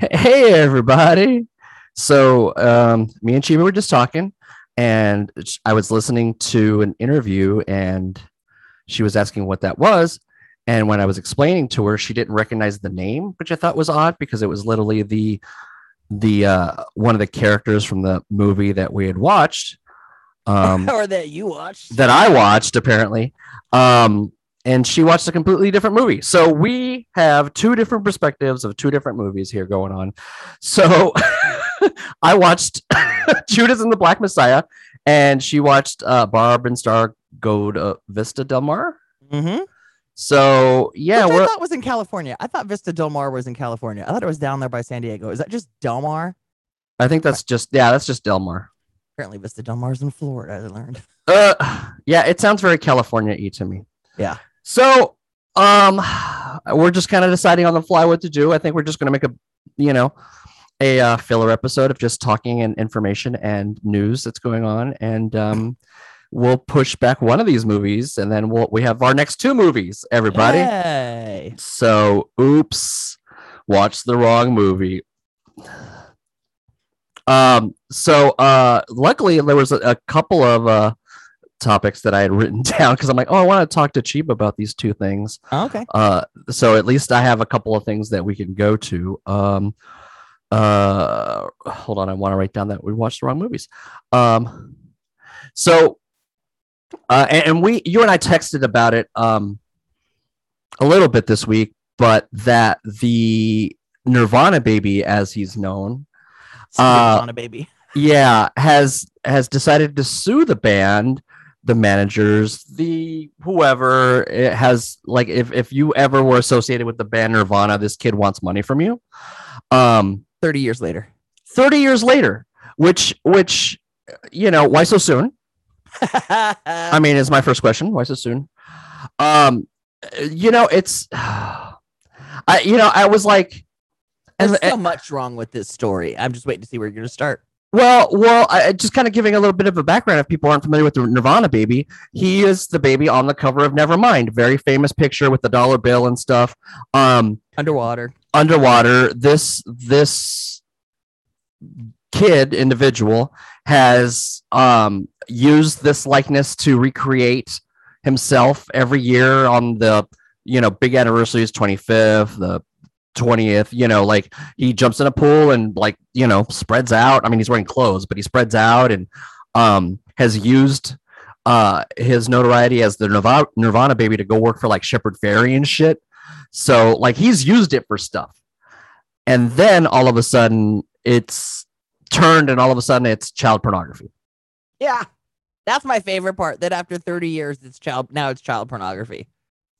hey everybody so um, me and chiba were just talking and sh- i was listening to an interview and she was asking what that was and when i was explaining to her she didn't recognize the name which i thought was odd because it was literally the the uh, one of the characters from the movie that we had watched um, or that you watched. that I watched apparently. Um, and she watched a completely different movie. So we have two different perspectives of two different movies here going on. So I watched Judas and the Black Messiah, and she watched uh, Barb and Star Go to Vista Del Mar. Mm-hmm. So yeah, Which I we're thought was in California. I thought Vista Del Mar was in California. I thought it was down there by San Diego. Is that just Del Mar? I think that's just yeah, that's just Del Mar. Apparently, Vista Del Mar's in Florida. I learned. Uh, yeah, it sounds very California y to me. Yeah. So, um, we're just kind of deciding on the fly what to do. I think we're just going to make a, you know, a uh, filler episode of just talking and information and news that's going on, and um, we'll push back one of these movies, and then we'll we have our next two movies, everybody. Yay. So, oops, watch the wrong movie. Um, so uh, luckily there was a, a couple of uh topics that I had written down because I'm like, oh, I want to talk to Chiba about these two things. Okay. Uh, so at least I have a couple of things that we can go to. Um, uh, hold on, I want to write down that we watched the wrong movies. Um, so, uh, and, and we, you and I texted about it um, a little bit this week, but that the Nirvana baby, as he's known, Uh, on a baby. yeah has has decided to sue the band the managers the whoever it has like if if you ever were associated with the band nirvana this kid wants money from you um Thirty years later. 30 years later which which you know why so soon I mean, is my first question. Why so soon? Um, uh, you know, it's, I, you know, I was like, There's and, so much wrong with this story. I'm just waiting to see where you're gonna start. well, well, I, I just kind of giving a little bit of a background if people aren't familiar with the Nirvana baby. He is the baby on the cover of Nevermind, very famous picture with the dollar bill and stuff. Um, Underwater. underwater, this this kid individual has um, used this likeness to recreate himself every year on the you know big anniversaries 25th the 20th you know like he jumps in a pool and like you know spreads out i mean he's wearing clothes but he spreads out and um has used uh his notoriety as the nirvana, nirvana baby to go work for like shepherd ferry and shit so like he's used it for stuff and then all of a sudden it's turned and all of a sudden it's child pornography Yeah. That's my favorite part. That after 30 years, it's child. Now it's child pornography.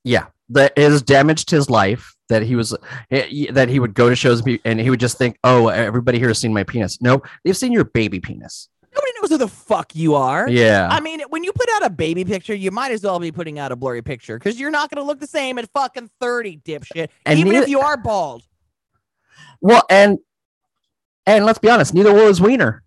yeah that has damaged his life that he was eh, that he would go to shows and be- and he would just think oh everybody here has seen my penis no they've seen your baby penis Nobody knows who the fuck you are. yeah I mean, when you put out a baby picture, you might as well be putting out a blurry picture because you're not going to look the same at fucking 30, dipshit. And even if neither- you are bald. well and and let's be honest neither was wiener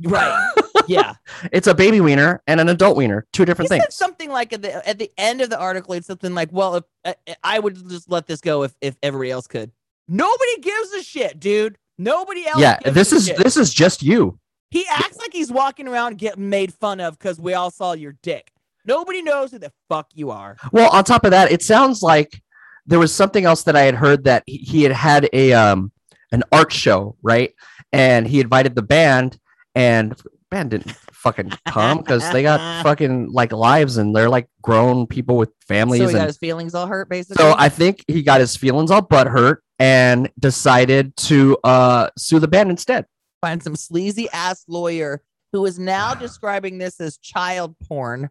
Right. yeah. it's a baby wiener and an adult wiener two He different said things something like at the, at the end of the article, it's something like, well, if I- I would just let this go if, if everybody else could. Nobody gives a shit, dude. Nobody else. yeah gives this a is shit. this is just you He acts like he's walking around getting made fun of because we all saw your dick. Nobody knows who the fuck you are. well on top of that it sounds like there was something else that i had heard that he- he had had a um an art show right and he invited the band and band didn't fucking come because they got fucking like lives and they're like grown people with families so he and got his feelings all hurt, basically. so i think he got his feelings all butthurt and decided to uh sue the band instead find some sleazy ass lawyer who is now describing this as child porn.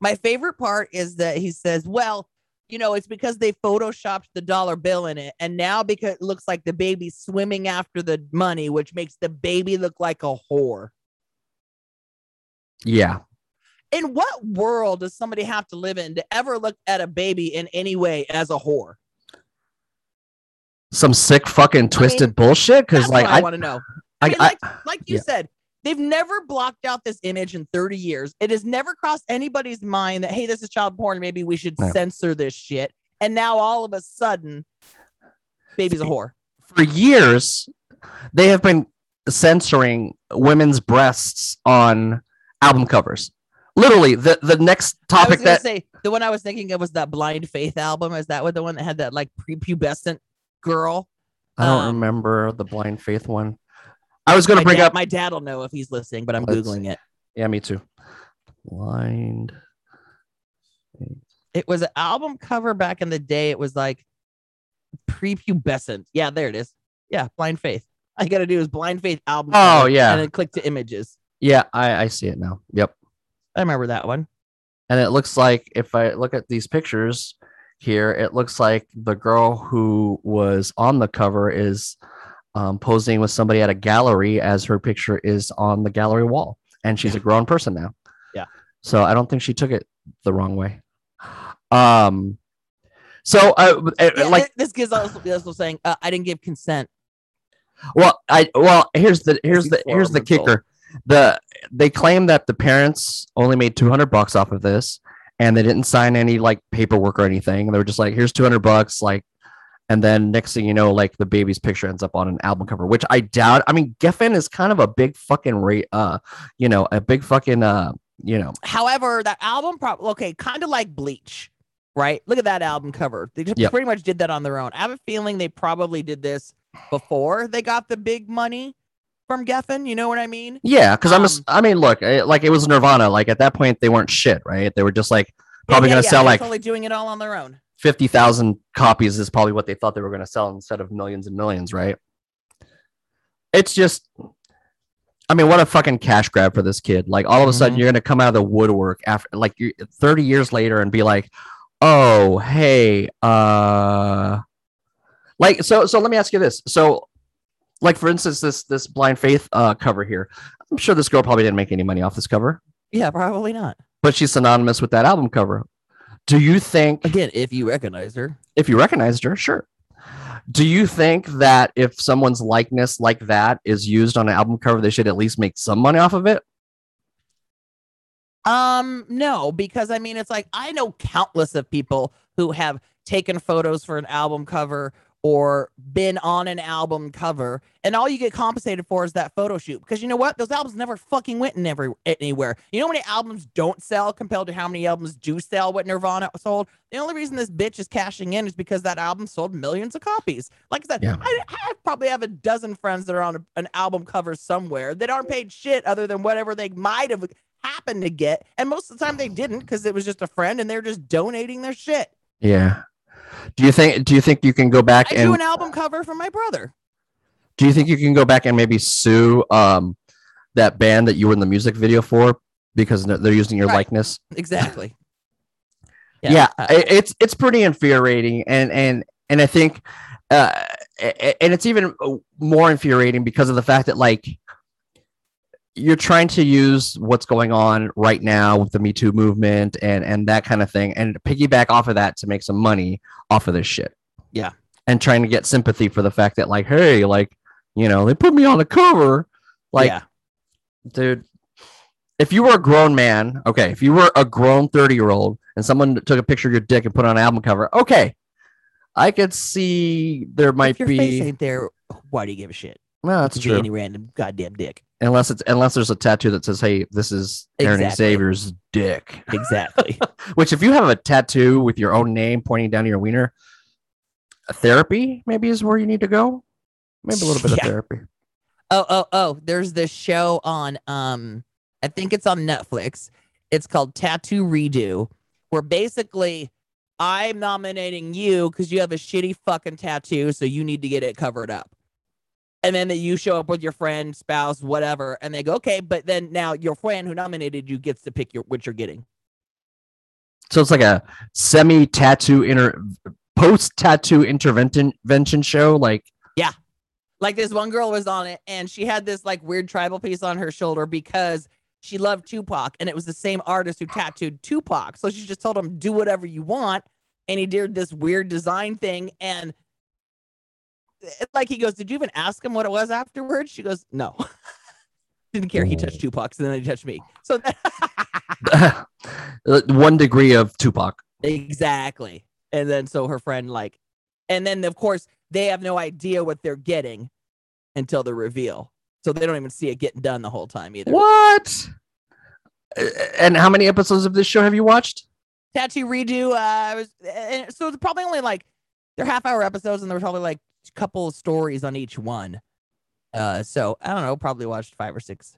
My favorite part is that he says, well, you know, it's because they photoshopped the dollar bill in it. And now because it looks like the baby's swimming after the money, which makes the baby look like a whore. yeah In what world does somebody have to live in to ever look at a baby in any way as a whore? some sick fucking twisted bullshit because That's like what I, I, want to know. I, mean, I, like you Yeah. said, they've never blocked out this image in 30 years. It has never crossed anybody's mind that, hey, this is child porn. Maybe we should No. censor this shit. And now all of a sudden, baby's a whore. for years they have been censoring women's breasts on album covers. Literally, the, the next I was topic gonna that say the one I was thinking of was that Blind Faith album. Is that what the one that had that like prepubescent girl? I don't um, remember the blind faith one. I was going my to bring dad, up. my dad'll know if he's listening, but I'm Let's googling it. yeah, me too. Blind. It was an album cover back in the day. It was like prepubescent. Yeah, there it is. Yeah, Blind Faith. All you gotta do is Blind Faith album. Oh, cover, yeah. and then click to images. Yeah, I, I see it now. Yep. I remember that one. And it looks like if I look at these pictures here, it looks like the girl who was on the cover is um, posing with somebody at a gallery as her picture is on the gallery wall. And she's a grown person now. Yeah. So I don't think she took it the wrong way. Um, so uh, it- Yeah, like th- this gives us also saying uh, I didn't give consent. Well, I well here's the here's He's the here's the horrible. kicker. The they claim that the parents only made two hundred bucks off of this, and they didn't sign any like paperwork or anything. They were just like, "Here's two hundred bucks," like, and then next thing you know, like the baby's picture ends up on an album cover, which I doubt. I mean, Geffen is kind of a big fucking rate, uh, you know, a big fucking uh, you know, However, that album probably okay, kind of like Bleach, right? Look at that album cover. They just Yep. pretty much did that on their own. I have a feeling they probably did this before they got the big money from Geffen. You know what I mean? yeah. Because I'm, a, Um, s- I mean, look, I, like it was Nirvana. Like at that point, they weren't shit, right? They were just like Yeah, probably yeah, gonna yeah, sell they're like totally doing it all on their own. fifty thousand copies is probably what they thought they were going to sell instead of millions and millions, right? It's just, I mean, what a fucking cash grab for this kid! Like, all of a sudden, Mhm. you're going to come out of the woodwork after, like, you thirty years later, and be like, "Oh, hey, uh, like." So, so let me ask you this: so, like, for instance, this this blind faith uh, cover here. I'm sure this girl probably didn't make any money off this cover, Yeah, probably not. but she's synonymous with that album cover. Do you think? Again, if you recognize her, if you recognized her, sure. Do you think that if someone's likeness like that is used on an album cover, they should at least make some money off of it? Um, no, because I mean, it's like I know countless of people who have taken photos for an album cover or been on an album cover, and all you get compensated for is that photo shoot. Because you know what? Those albums never fucking went in every anywhere. You know how many albums don't sell compared to how many albums do sell? What Nirvana sold? The only reason this bitch is cashing in is because that album sold millions of copies. Like I said, Yeah. I, I probably have a dozen friends that are on a, an album cover somewhere that aren't paid shit other than whatever they might have happened to get. And most of the time they didn't because it was just a friend and they're just donating their shit. Yeah. Do you think do you think you can go back I and do an album cover for my brother. do you think you can go back and maybe sue um that band that you were in the music video for because no- they're using your Right. likeness? Exactly. yeah, uh, it- it's it's pretty infuriating and and and i think uh a- and it's even more infuriating because of the fact that like you're trying to use what's going on right now with the me too movement and and that kind of thing and piggyback off of that to make some money off of this shit Yeah. and trying to get sympathy for the fact that like hey like you know they put me on a cover like yeah. dude if you were a grown man okay if you were a grown 30 year old and someone took a picture of your dick and put it on an album cover okay i could see there might if your face be ain't there, why do you give a shit? no It that's could be true any random goddamn dick. unless it's unless there's a tattoo that says hey this is aaron Exactly. xavier's dick Exactly. which if you have a tattoo with your own name pointing down to your wiener therapy maybe is where you need to go maybe a little bit Yeah. of therapy oh, oh, oh, there's this show on um I think it's on Netflix. It's called Tattoo Redo, where basically I'm nominating you because you have a shitty fucking tattoo, so you need to get it covered up. And then that you show up with your friend, spouse, whatever, and they go, okay, but then now your friend who nominated you gets to pick your what you're getting. so it's like a semi tattoo inter post tattoo intervention intervention show like Like this one girl was on it and she had this like weird tribal piece on her shoulder because she loved Tupac and it was the same artist who tattooed Tupac. So she just told him, do whatever you want. And he did this weird design thing. And it- like he goes, Did you even ask him what it was afterwards? She goes, No. Didn't care. He touched Tupac. So then he touched me. So that- Uh, one degree of Tupac. Exactly. And then so her friend like, and then of course they have no idea what they're getting, until the reveal. So they don't even see it getting done the whole time either. What? A- And how many episodes of this show have you watched? Tattoo redo. Uh, I was and so it's probably only like they're half hour episodes, and there were probably like a couple of stories on each one. Uh, so I don't know. Probably watched five or six.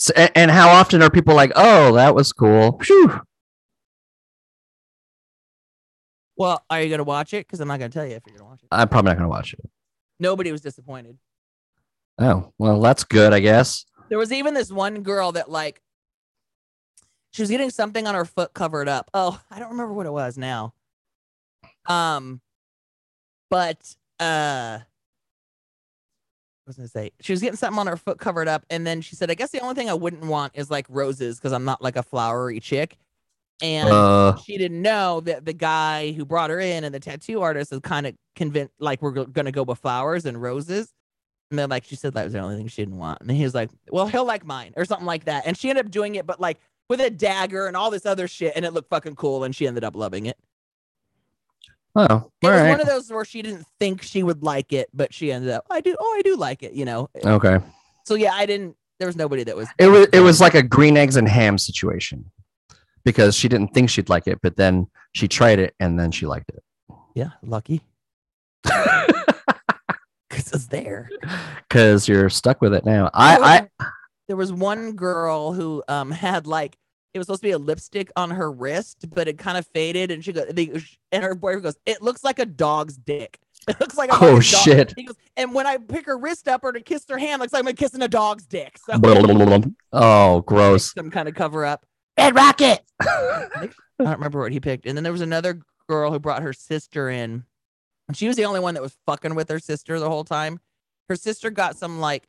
S- a- and how often are people like, "Oh, that was cool"? Phew. Well, are you gonna watch it? Because I'm not gonna tell you if you're gonna watch it. I'm probably not going to watch it. Nobody was disappointed. Oh, well, that's good, I guess. There was even this one girl that like she was getting something on her foot covered up. Oh, I don't remember what it was now. Um but uh what was I gonna say she was getting something on her foot covered up, and then she said, I guess the only thing I wouldn't want is like roses because I'm not like a flowery chick. And Uh, she didn't know that the guy who brought her in and the tattoo artist is kind of convinced like we're go- gonna go with flowers and roses and then like she said that was the only thing she didn't want and he was like well he'll like mine or something like that and she ended up doing it but like with a dagger and all this other shit and it looked fucking cool and she ended up loving it oh, all it was right. one of those where she didn't think she would like it but she ended up i do oh i do like it you know Okay. so yeah i didn't there was nobody that was It was it was like a green eggs and ham situation because she didn't think she'd like it, but then she tried it and then she liked yeah lucky it. because it's there Because you're stuck with it now. I, I there was, there was one girl who um had like it was supposed to be a lipstick on her wrist, but it kind of faded, and she goes, the- and her boyfriend goes, "It looks like a dog's dick. It looks like a Oh, fucking dog." shit. He goes, and when I pick her wrist up or to kiss her hand, looks like I'm kissing a dog's dick. So oh, gross. some kind of cover up. Red Rocket. I don't remember what he picked. And then there was another girl who brought her sister in. And she was the only one that was fucking with her sister the whole time. Her sister got some like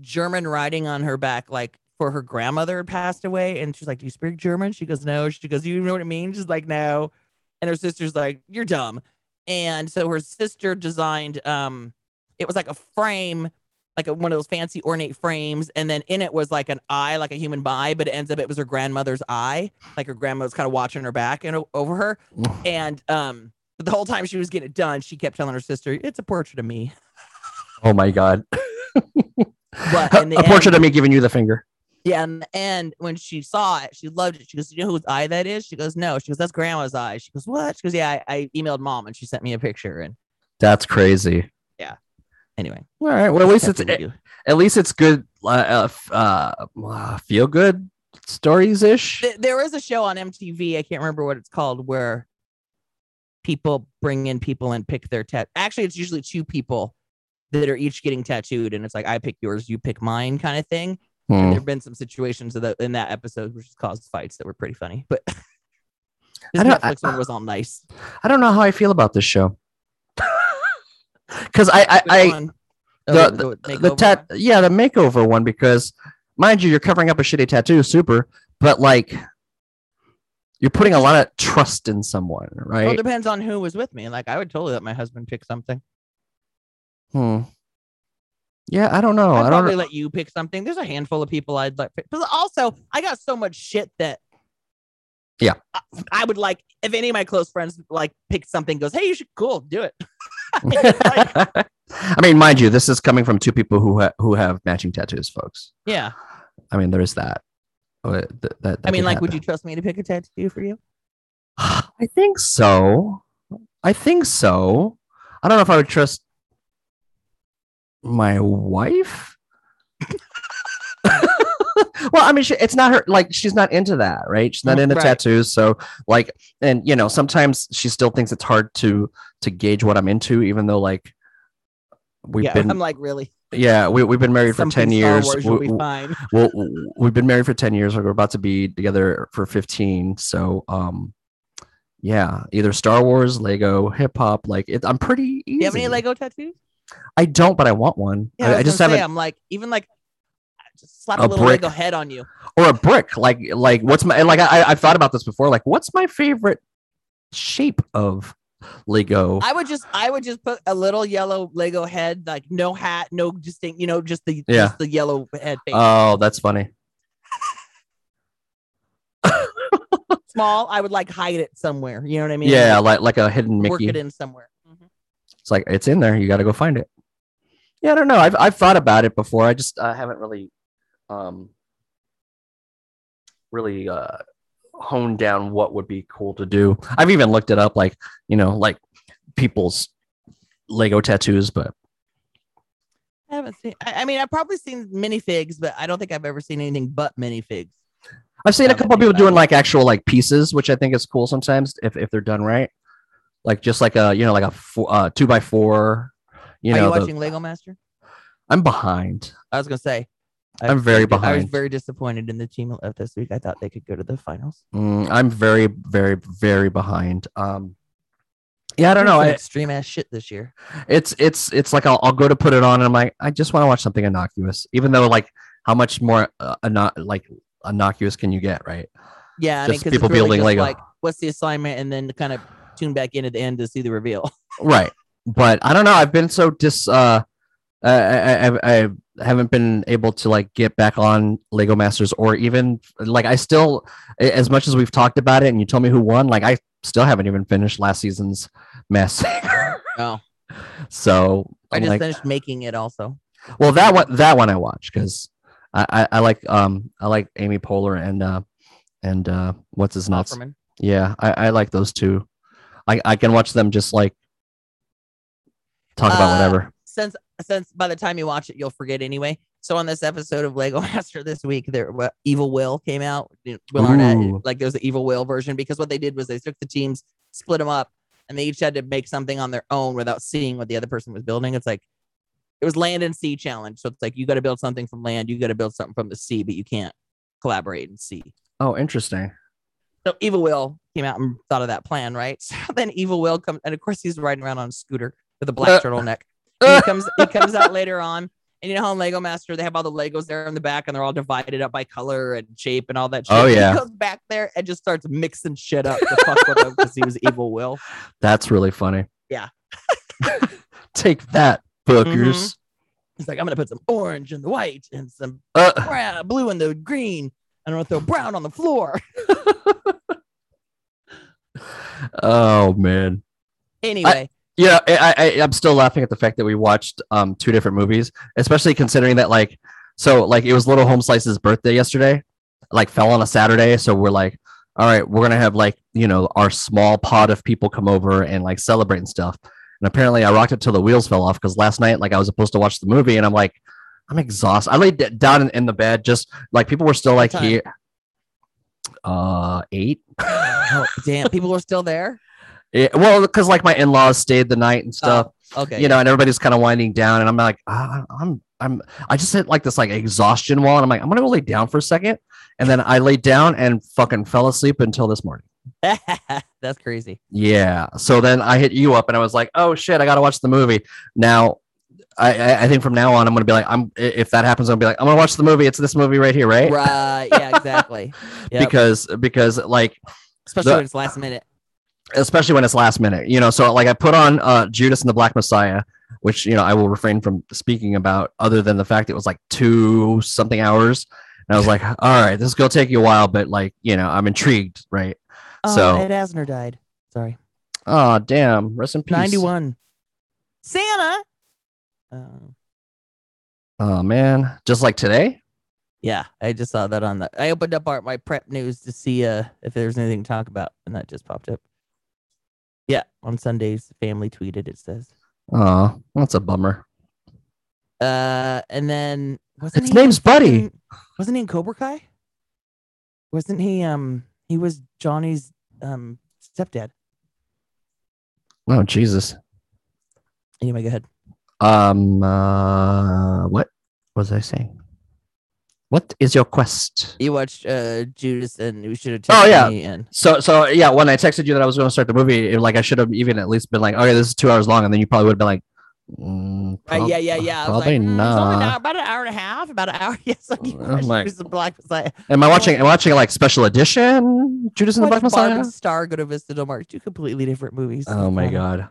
German writing on her back, like for her grandmother had passed away. And she's like, Do you speak German? She goes, No. She goes, You know what I mean? She's like, No. And her sister's like, You're dumb. And so her sister designed um it was like a frame, like a, one of those fancy ornate frames, and then in it was like an eye, like a human eye, but it ends up it was her grandmother's eye like her grandma was kind of watching her back and o- over her. And um, the whole time she was getting it done, she kept telling her sister, "It's a portrait of me." Oh my god. But in the a portrait of me giving you the finger. Yeah, and and when she saw it, she loved it. She goes, "You know whose eye that is?" She goes, "No." She goes, "That's grandma's eye." She goes, "What?" She goes, "Yeah, I, I emailed mom and she sent me a picture." And That's crazy. anyway, All right. Well, at least that's it's what we do. at least it's good. Uh, uh, f- uh, uh, feel good stories ish. Th- there is a show on MTV. I can't remember what it's called where people bring in people and pick their tat. Actually, it's usually two people that are each getting tattooed, and it's like I pick yours, you pick mine, kind of thing. And Hmm. there've been some situations of the, in that episode which has caused fights that were pretty funny. But this I don't- Netflix one was all nice. I don't know how I feel about this show. Because I, I, I, Which one? Oh, the- the makeover tat one? yeah the makeover one because mind you you're covering up a shitty tattoo super but like you're putting a lot of trust in someone Well, it right depends on who was with me. Like I would totally let my husband pick something. hmm. yeah i don't know I'd Oh, i don't probably let you pick something. There's a handful of people I'd let pick. But also, I got so much shit that. Yeah. I, I would like if any of my close friends like picked something, goes, hey, you should cool, do it. It's like, i mean mind you this is coming from two people who ha- who have matching tattoos folks yeah. i mean there is that Uh, th- that, that I mean, could like, would you happen. trust me to pick a tattoo for you? i think so i think so i don't know if i would trust my wife well i mean she, it's not her like she's not into that right she's not Mm, into right. tattoos so like and you know sometimes she still thinks it's hard to to gauge what i'm into even though like we've yeah. been I'm like, really? yeah we, we've been married for 10 Something Star years Wars We- will be fine. well w- we've been married for 10 years we're about to be together for 15 so um yeah either star wars lego hip-hop like it, i'm pretty easy Do you have any Lego tattoos? i don't but i want one Yeah, I, was I just gonna say, haven't I'm like, even like, just slap a, A little brick. Lego head on you. or a brick like like what's my like i I- i've thought about this before like what's my favorite shape of lego I would just, I would just put a little yellow Lego head, like no hat, no distinct, you know, just the Yeah. just the yellow head thing. oh that's funny Small. I would like hide it somewhere. You know what I mean? yeah like like a hidden Like, work mickey it in somewhere. Mhm. it's like it's in there you gotta go find it Yeah, I don't know. I've I've thought about it before. I just I haven't really, um, really uh, honed down what would be cool to do. I've even looked it up, like you know, like people's Lego tattoos, but I haven't seen. I, I mean, I've probably seen minifigs, but I don't think I've ever seen anything but minifigs. I've seen a Not couple many, people but- doing like actual like pieces, which I think is cool sometimes if if they're done right. Like just like a you know like a four, uh, two by four. You Are know, you the- watching Lego Master? I'm behind. I was gonna say. I I'm very I was behind. very disappointed in the team of this week. I thought they could go to the finals. Mm, I'm very very very behind. Um, yeah, I don't There's know. some I, extreme ass shit this year. it's it's it's like I'll, I'll go to put it on and I'm like I just want to watch something innocuous, even though like how much more uh, inno- like innocuous can you get, right? Yeah, I mean, Just 'cause people it's really building just Lego. Like, what's the assignment, and then kind of tune back in at the end to see the reveal. right but i don't know i've been so dis uh I, I I- i haven't been able to like get back on lego masters or even like i still a- as much as we've talked about it and you told me who won like i still haven't even finished last season's mess Oh, so I I'm just like- finished making it. Also, well that one that one i watch because I, I i like um i like amy polar and uh and uh what's his nuts Offerman. yeah i i like those two i i can watch them just like talk about Uh, whatever since since by the time you watch it, you'll forget anyway. So on this episode of Lego Master this week, there wa- Evil Will came out. You know, Will Ooh. Arnett, like there's the Evil Will version because what they did was they took the teams, split them up, and they each had to make something on their own without seeing what the other person was building. It's like it was land and sea challenge. So it's like you got to build something from land, you got to build something from the sea, but you can't collaborate and see. Oh, interesting. So Evil Will came out and thought of that plan, right? So then Evil Will comes, and of course he's riding around on a scooter with a black Uh. turtleneck. And he comes, he comes out later on, and you know how in Lego Master they have all the Legos there in the back, and they're all divided up by color and shape and all that. Shit. Oh, yeah. he goes back there and just starts mixing shit up to fuck with them because he was Evil Will. That's really funny. Yeah. Take that, bookers. He's like, I'm gonna put some orange in the white and some Uh, bra- blue in the green. and I'm gonna throw brown on the floor. oh man. Anyway, Yeah, I, I, I- I'm still laughing at the fact that we watched um two different movies, especially considering that like so like it was Little Home Slice's birthday yesterday, like fell on a Saturday, so we're like, all right, we're gonna have like you know our small pod of people come over and like celebrate and stuff. And apparently, I rocked it till the wheels fell off because last night, like I was supposed to watch the movie, and I'm like, I'm exhausted. I laid d- down in, in the bed, just like people were still like time? here. Uh, eight. oh, damn, people are still there. Yeah, well, because like my in-laws stayed the night and stuff Okay, you know, and everybody's kind of winding down, and I'm like, ah, I'm, I'm, I just hit like this like exhaustion wall, and I'm like, I'm gonna go lay down for a second, and then I laid down and fucking fell asleep until this morning. that's crazy. Yeah. So then I hit you up, and I was like, oh shit, I gotta watch the movie now. I, I, I think from now on, I'm gonna be like, I'm i- if that happens, I'm gonna be like, I'm gonna watch the movie. It's this movie right here, right? Right. Yeah, exactly. Yep. Because because like Especially the- when it's last minute. especially when it's last minute you know so like i put on uh judas and the black messiah which you know i will refrain from speaking about other than the fact it was like two something hours and i was like all right this is gonna take you a while but like you know i'm intrigued right Oh, So- Ed Asner died. Sorry. oh damn rest in peace 91. Santa. Uh, oh man just like today yeah, I just saw that on the. I opened up our, my prep news to see uh, if there's anything to talk about, and that just popped up. Yeah, on Sundays, family tweeted, it says. oh that's a bummer Uh, and then. Wasn't its he name's buddy in- wasn't he in Cobra Kai? Wasn't he? Um, He was Johnny's um stepdad. oh jesus Anyway, go ahead. um uh what was i saying what is your quest You watched uh, Judas and you should have Oh, taken yeah. me and So so yeah, when I texted you that I was going to start the movie, it- like I should have even at least been like, okay, this is two hours long, and then you probably would have been like, mm, Right, prob- Uh, yeah, yeah, yeah. I was probably like, "Mm, it's only an hour- not. Oh, about an hour and a half, about an hour. Yes, I keep I'm watching like- Judas and the Black Messiah. Am I watching? Am I watching like special edition Judas and the Why Black does Barb Messiah? and Star go to Vista Del Mar? Two completely different movies. Oh my Um, god,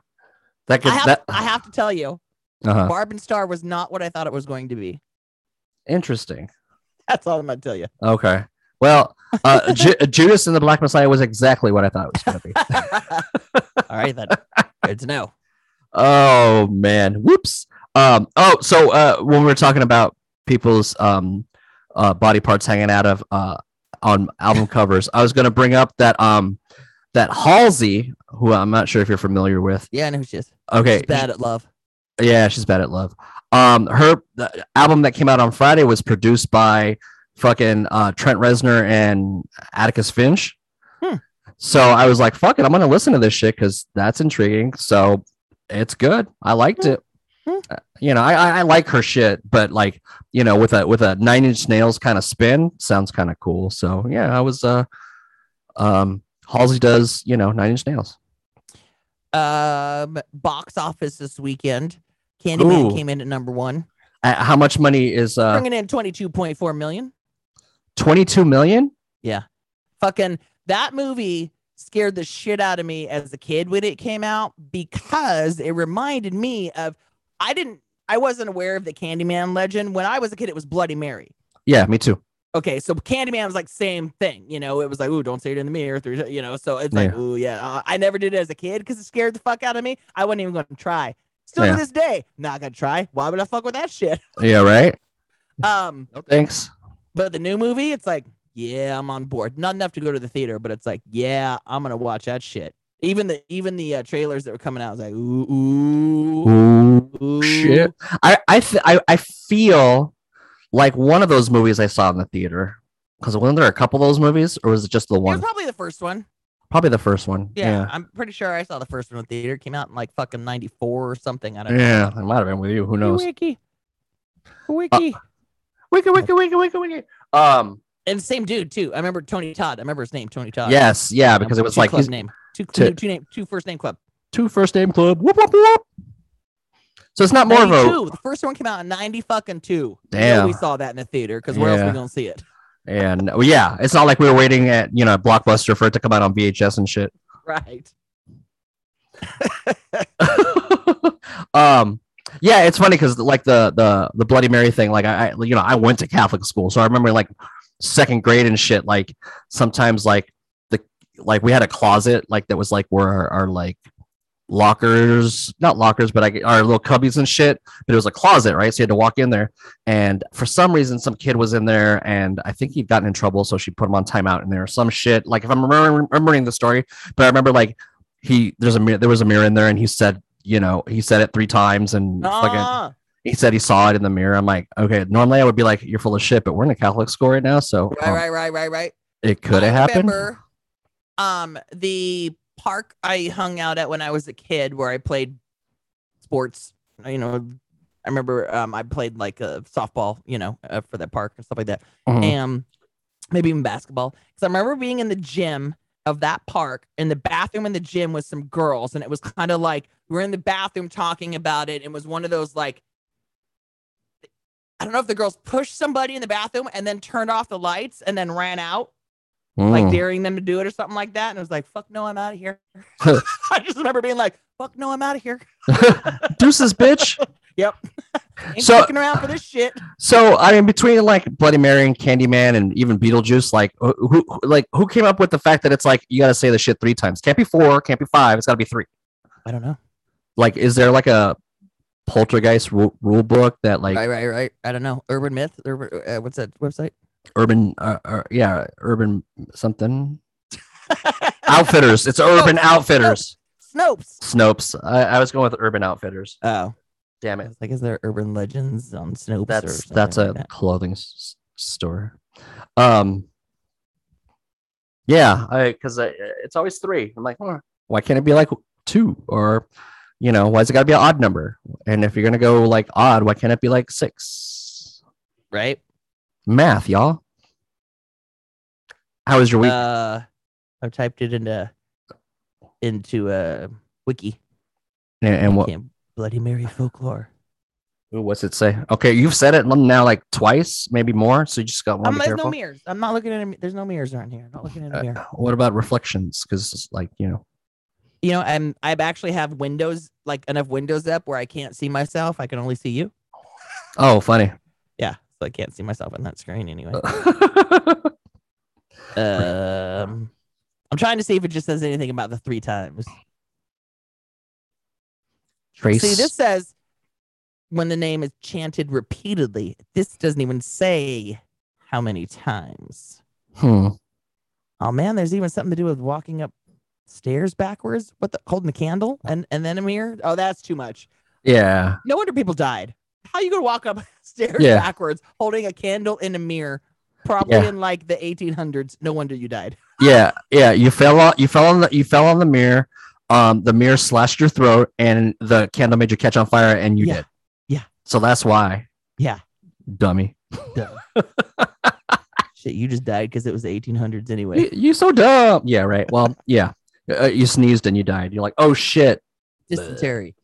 that I could have, that. I have to tell you, uh Barb and Star was not what I thought it was going to be. Interesting. That's all I'm gonna tell you. Okay. Well, uh, Ju- Judas and the Black Messiah was exactly what I thought it was going to be. all right then. Good to know. Oh man, whoops. Um, oh, so uh, when we were talking about people's um, uh, body parts hanging out of uh, on album covers, I was going to bring up that um, that Halsey, who I'm not sure if you're familiar with. Yeah, I know who she is. Okay, She's bad at love. yeah, she's bad at love. Um, her the album that came out on Friday was produced by fucking uh, Trent Reznor and Atticus Finch. Hmm. So I was like, "Fuck it, I'm gonna listen to this shit because that's intriguing." So it's good. I liked Hmm. it. Hmm. Uh, you know, I, I I like her shit, but like you know, with a with a Nine Inch Nails kind of spin, sounds kind of cool. So yeah, I was uh um Halsey does you know Nine Inch Nails. Um, box office this weekend. Candyman Ooh. came in at number one, Uh, how much money is uh bringing in twenty two point four million. twenty two million? Fucking that movie scared the shit out of me as a kid when it came out because it reminded me of I didn't I wasn't aware of the Candyman legend when I was a kid. It was Bloody Mary. Yeah, me too. okay, so Candyman was like same thing, you know. It was like, ooh, don't say it in the mirror, three, you know. So it's like, Yeah. ooh, yeah. Uh, I never did it as a kid because it scared the fuck out of me. I wasn't even gonna try. Still Yeah. to this day, not gonna try. Why would I fuck with that shit? Yeah, right. Um, No thanks. but the new movie, it's like, yeah, I'm on board. Not enough to go to the theater, but it's like, yeah, I'm gonna watch that shit. Even the even the uh, trailers that were coming out, I was like, ooh, ooh, ooh. shit. I I, th- I I feel like one of those movies I saw in the theater. Because wasn't there a couple of those movies, or was it just the It was one? probably the first one. Probably the first one. Yeah, Yeah. I'm pretty sure I saw the first one in the theater. It came out in like fucking '94 or something. I don't Yeah, know. it might have been with you. Who Hey, knows? Uh, Wiki. Wiki. Wiki, wiki, wiki, wiki, wiki. Um. and same dude too. I remember Tony Todd. I remember his name, Tony Todd. Yes. Yeah. Because it was Uh, two like club he's name. Two, to- two, two name two first name club. two first name club. Whoop whoop whoop. So it's not more of a 92. The first one came out in ninety fucking two. You know Damn. we saw that in the theater because where else Yeah. we gonna see it? and well, yeah, it's not like we were waiting at you know Blockbuster for it to come out on VHS and shit. Right. um yeah it's funny because like the the the bloody mary thing like I, I you know i went to catholic school so i remember like second grade and shit like sometimes like the like we had a closet like that was like where our, our like lockers not lockers but like our little cubbies and shit but it was a closet right so you had to walk in there and for some reason some kid was in there and i think he'd gotten in trouble so she put him on timeout in there or some shit like if i'm remember- remembering the story but i remember like he there's a mirror there was a mirror in there and he said you know he said it three times and fucking, Uh, he said he saw it in the mirror i'm like okay normally i would be like you're full of shit but we're in a catholic school right now so right, um, right, right, right, right. it could I have happened Remember, um, the park I hung out at when I was a kid, where I played sports. You know, I remember um, I played like uh, softball. You know, uh, for that park and stuff like that. Mhm. um maybe even basketball because i remember being in the gym of that park and the bathroom in the gym was some girls and it was kind of like we were in the bathroom talking about it and it was one of those like i don't know if the girls pushed somebody in the bathroom and then turned off the lights and then ran out like Mm. daring them to do it or something like that and it was like fuck no i'm out of here i just remember being like fuck no i'm out of here deuces bitch ain't So- sticking around for this shit so i mean between like bloody mary and candyman and even beetlejuice like who, who like who came up with the fact that it's like you gotta say the shit three times can't be four can't be five it's gotta be three i don't know like is there like a poltergeist ru- rule book that like right right right i don't know urban myth urban, uh, what's that website urban uh, uh, yeah urban something outfitters it's urban outfitters snopes snopes I, I was going with urban outfitters Oh, damn I it was like, is there urban legends on Snopes? or that's something that's like a that? clothing s- store um yeah i because it's always three i'm like "Huh, why can't it be like two or you know why's it gotta be an odd number and if you're gonna go like odd why can't it be like six right? math y'all how was your week Uh, I typed it into into uh, wiki and, and what Can't- Bloody Mary folklore. Ooh, What's it say? Okay, you've said it now like twice, maybe more. So you just got one. I'm, Be there's no careful. mirrors. I'm not looking at. A, there's no mirrors around here. I'm not looking at a Uh, mirror. what about reflections? Because like you know, You know, I'm I actually have windows like enough windows up where I can't see myself. I can only see you. oh, funny. Yeah, so I can't see myself on that screen anyway. Um, I'm trying to see if it just says anything about the three times. Trace. See, this says when the name is chanted repeatedly. This doesn't even say how many times. Hmm. Oh man, there's even something to do with walking up stairs backwards. What the holding the candle and and then a mirror? Oh, that's too much. Yeah. No wonder people died. How you gonna walk up stairs Yeah. backwards holding a candle in a mirror? Probably Yeah. in like the 1800s. No wonder you died. Yeah. Yeah. You fell on you fell on the you fell on the mirror. Um the mirror slashed your throat and the candle made you catch on fire and you Yeah. did. Yeah. So that's why. Yeah. Dummy. Shit, you just died because it was the 1800s anyway. You, you so dumb. Yeah, right. Well, yeah. Uh, you sneezed and you died. You're like, "Oh shit, Dysentery.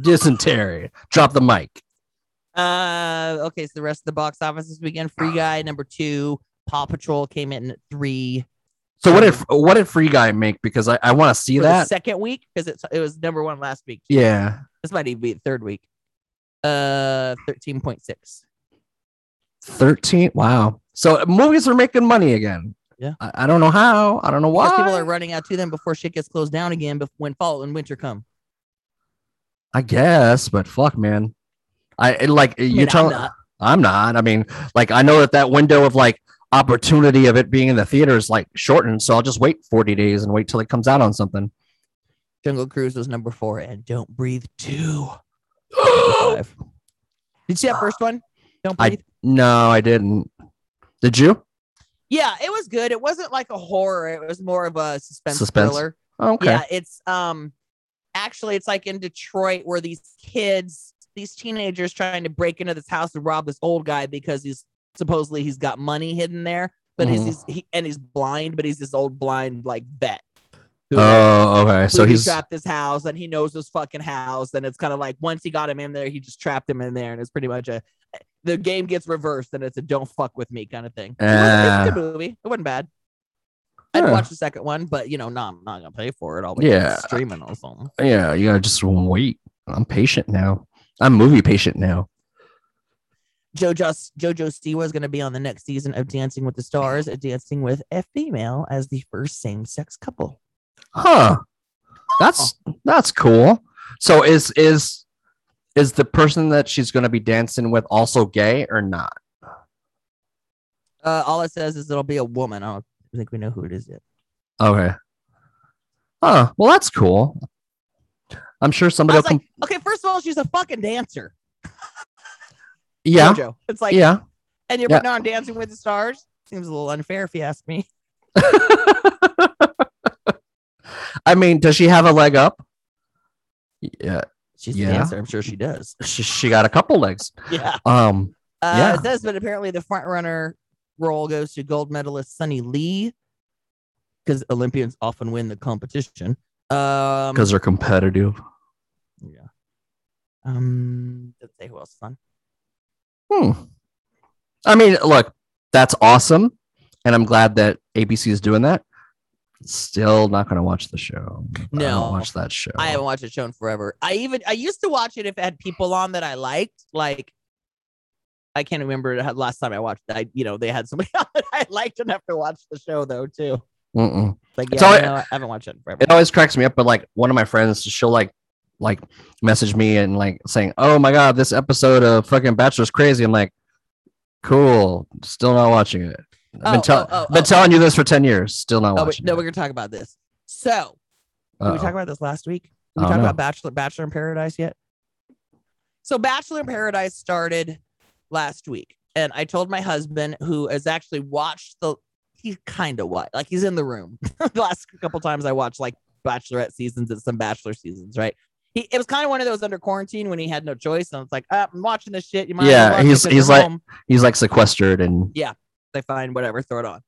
dysentery. Drop the mic." Uh, okay, so the rest of the box office this weekend. Free Guy number two. Paw Patrol came in at three So what did what did Free Guy make? Because I, I want to see for the that. second week because it's it was number one last week. Yeah. This might even be the third week. Uh, thirteen point six. 13. Wow. So movies are making money again. Yeah. I, I don't know how. I don't know why. Because people are running out to them before shit gets closed down again. Bef- when fall and winter come. I guess, but fuck, man. I it, like mean, you're I'm telling. not. I'm not. I mean, like I know that that window of like opportunity of it being in the theater is like shortened, so I'll just wait 40 days and wait till it comes out on something. Jungle Cruise was number four, and Don't Breathe two. no, Five. Did you see that first one? Don't Ah. I- breathe. I didn't. Did you? yeah, it was good. It wasn't like a horror. It was more of a suspense, Suspense. thriller. Oh, Okay. Yeah, it's um actually it's like in Detroit where these kids, these teenagers trying to break into this house and rob this old guy because he's supposedly he's got money hidden there, but Mhm. he's, he's he and he's blind, but he's this old blind like vet. who, like, Oh, okay. So who he he's trapped his house and he knows this fucking house. And it's kind of like once he got him in there, he just trapped him in there. And it's pretty much a the game gets reversed and it's a don't fuck with me kind of thing. It was, it's a good movie. It wasn't bad. I'd Uh. Huh. watch the second one, but you know, no, I'm not gonna pay for it. I'll Yeah. yeah. streaming or something. yeah. You gotta just wait. I'm patient now. I'm movie patient now. Jojo Jojo Siwa is gonna be on the next season of Dancing with the Stars, uh, dancing with a female as the first same-sex couple. Huh. That's that's cool. So is is is the person that she's gonna be dancing with also gay or not? Uh, all it says is it'll be a woman. I don't think we know who it is yet. Okay. Huh. Well, that's cool. I'm sure somebody I will was come. like, okay, first of all, she's a fucking dancer. yeah. Jojo. It's like yeah. and you're Yeah. putting on Dancing with the Stars. Seems a little unfair if you ask me. I mean, does she have a leg up? Yeah. She's Yeah. a dancer. I'm sure she does. She, she got a couple legs. Yeah. Um. Uh, Yeah. It says, but apparently the front runner role goes to gold medalist Sunny Lee because Olympians often win the competition. Um, Because they're competitive. yeah. Um, let's say who else is on. Hmm. I mean, look, that's awesome, and I'm glad that ABC is doing that. Still not going to watch the show. I No. don't watch that show. I haven't watched it shown forever. I even I used to watch it if it had people on that I liked. Like I can't remember it had- last time I watched. I you know they had somebody on that I liked enough to watch the show though too. Mm-mm. Like It's yeah, alwa- no, I haven't watched it in forever. It always cracks me up. But like one of my friends, she'll like like message me and like saying, "Oh my god, this episode of fucking Bachelor's crazy." I'm like, "Cool, still not watching it." I've been, Oh, tell- oh, oh, been oh, telling you this for ten years. Still not Oh, wait, watching. no, it. we're gonna talk about this. So did we Uh-oh. talk about this last week? Did I we don't talk know. about Bachelor Bachelor in Paradise yet? So Bachelor in Paradise started last week, and I told my husband, who has actually watched the, he kind of what, like he's in the room. the last couple times I watched like Bachelorette seasons and some Bachelor seasons, right? He, it was kind of one of those under quarantine when he had no choice, and it's like, ah, I'm watching this shit. You might as Yeah, well watch it he's- 'cause he's you're like- home." He's like sequestered and they find whatever, throw it on.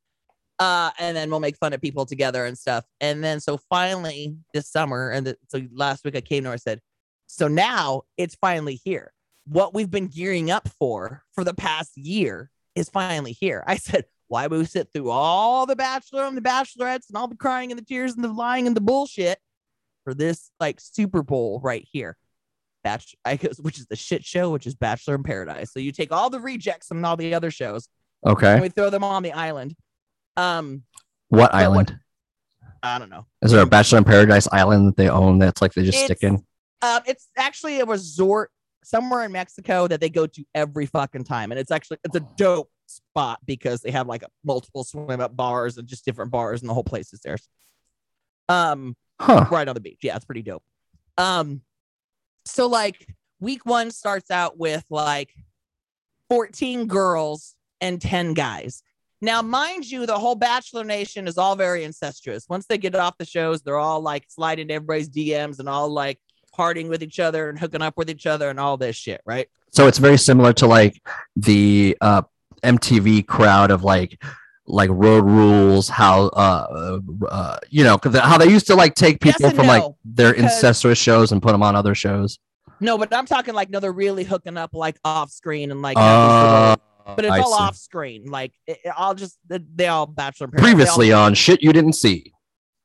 Uh, and then we'll make fun of people together and stuff. And then so finally this summer, and the, so last week I came to her and said, so now it's finally here. What we've been gearing up for for the past year is finally here. I said, why would we sit through all the bachelor and the bachelorettes and all the crying and the tears and the lying and the bullshit for this like Super Bowl right here? Batch, I goes, which is the shit show, which is Bachelor in Paradise. So you take all the rejects from all the other shows and okay. we throw them all on the island. Um, What what- island? I don't know. Is there a Bachelor in Paradise island that they own that's like they just stick It's- in? Um, it's actually a resort somewhere in Mexico that they go to every fucking time. And it's actually it's a dope spot because they have like multiple swim up bars and just different bars and the whole place is theirs. Um, Huh. right on the beach. Yeah, it's pretty dope. Um, so like week one starts out with like 14 girls and 10 guys. Now, mind you, the whole Bachelor Nation is all very incestuous. Once they get off the shows, they're all like sliding to everybody's DMs and all like partying with each other and hooking up with each other and all this shit, right? So it's very similar to like the uh, MTV crowd of like like road rules, how uh, uh you know 'cause the- how they used to like take Yes people and from like no, their because- incestuous shows and put them on other shows. No, but I'm talking like no, they're really hooking up like off screen and like have these Uh, little- but it's I all see. off screen. Like it, it- I'll just they- they all bachelor in Paradise. They all- Previously on shit you didn't see.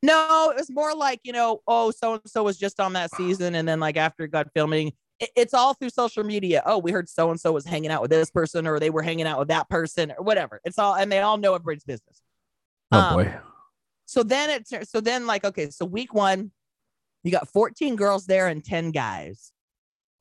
No, it was more like, you know, oh, so and so was just on that season. And then, like, after it got filming, it- it's all through social media. Oh, we heard so and so was hanging out with this person, or they were hanging out with that person, or whatever. It's all, and they all know everybody's business. Oh Um, boy. So then it's, so then, like, okay, so week one, you got 14 girls there and 10 guys.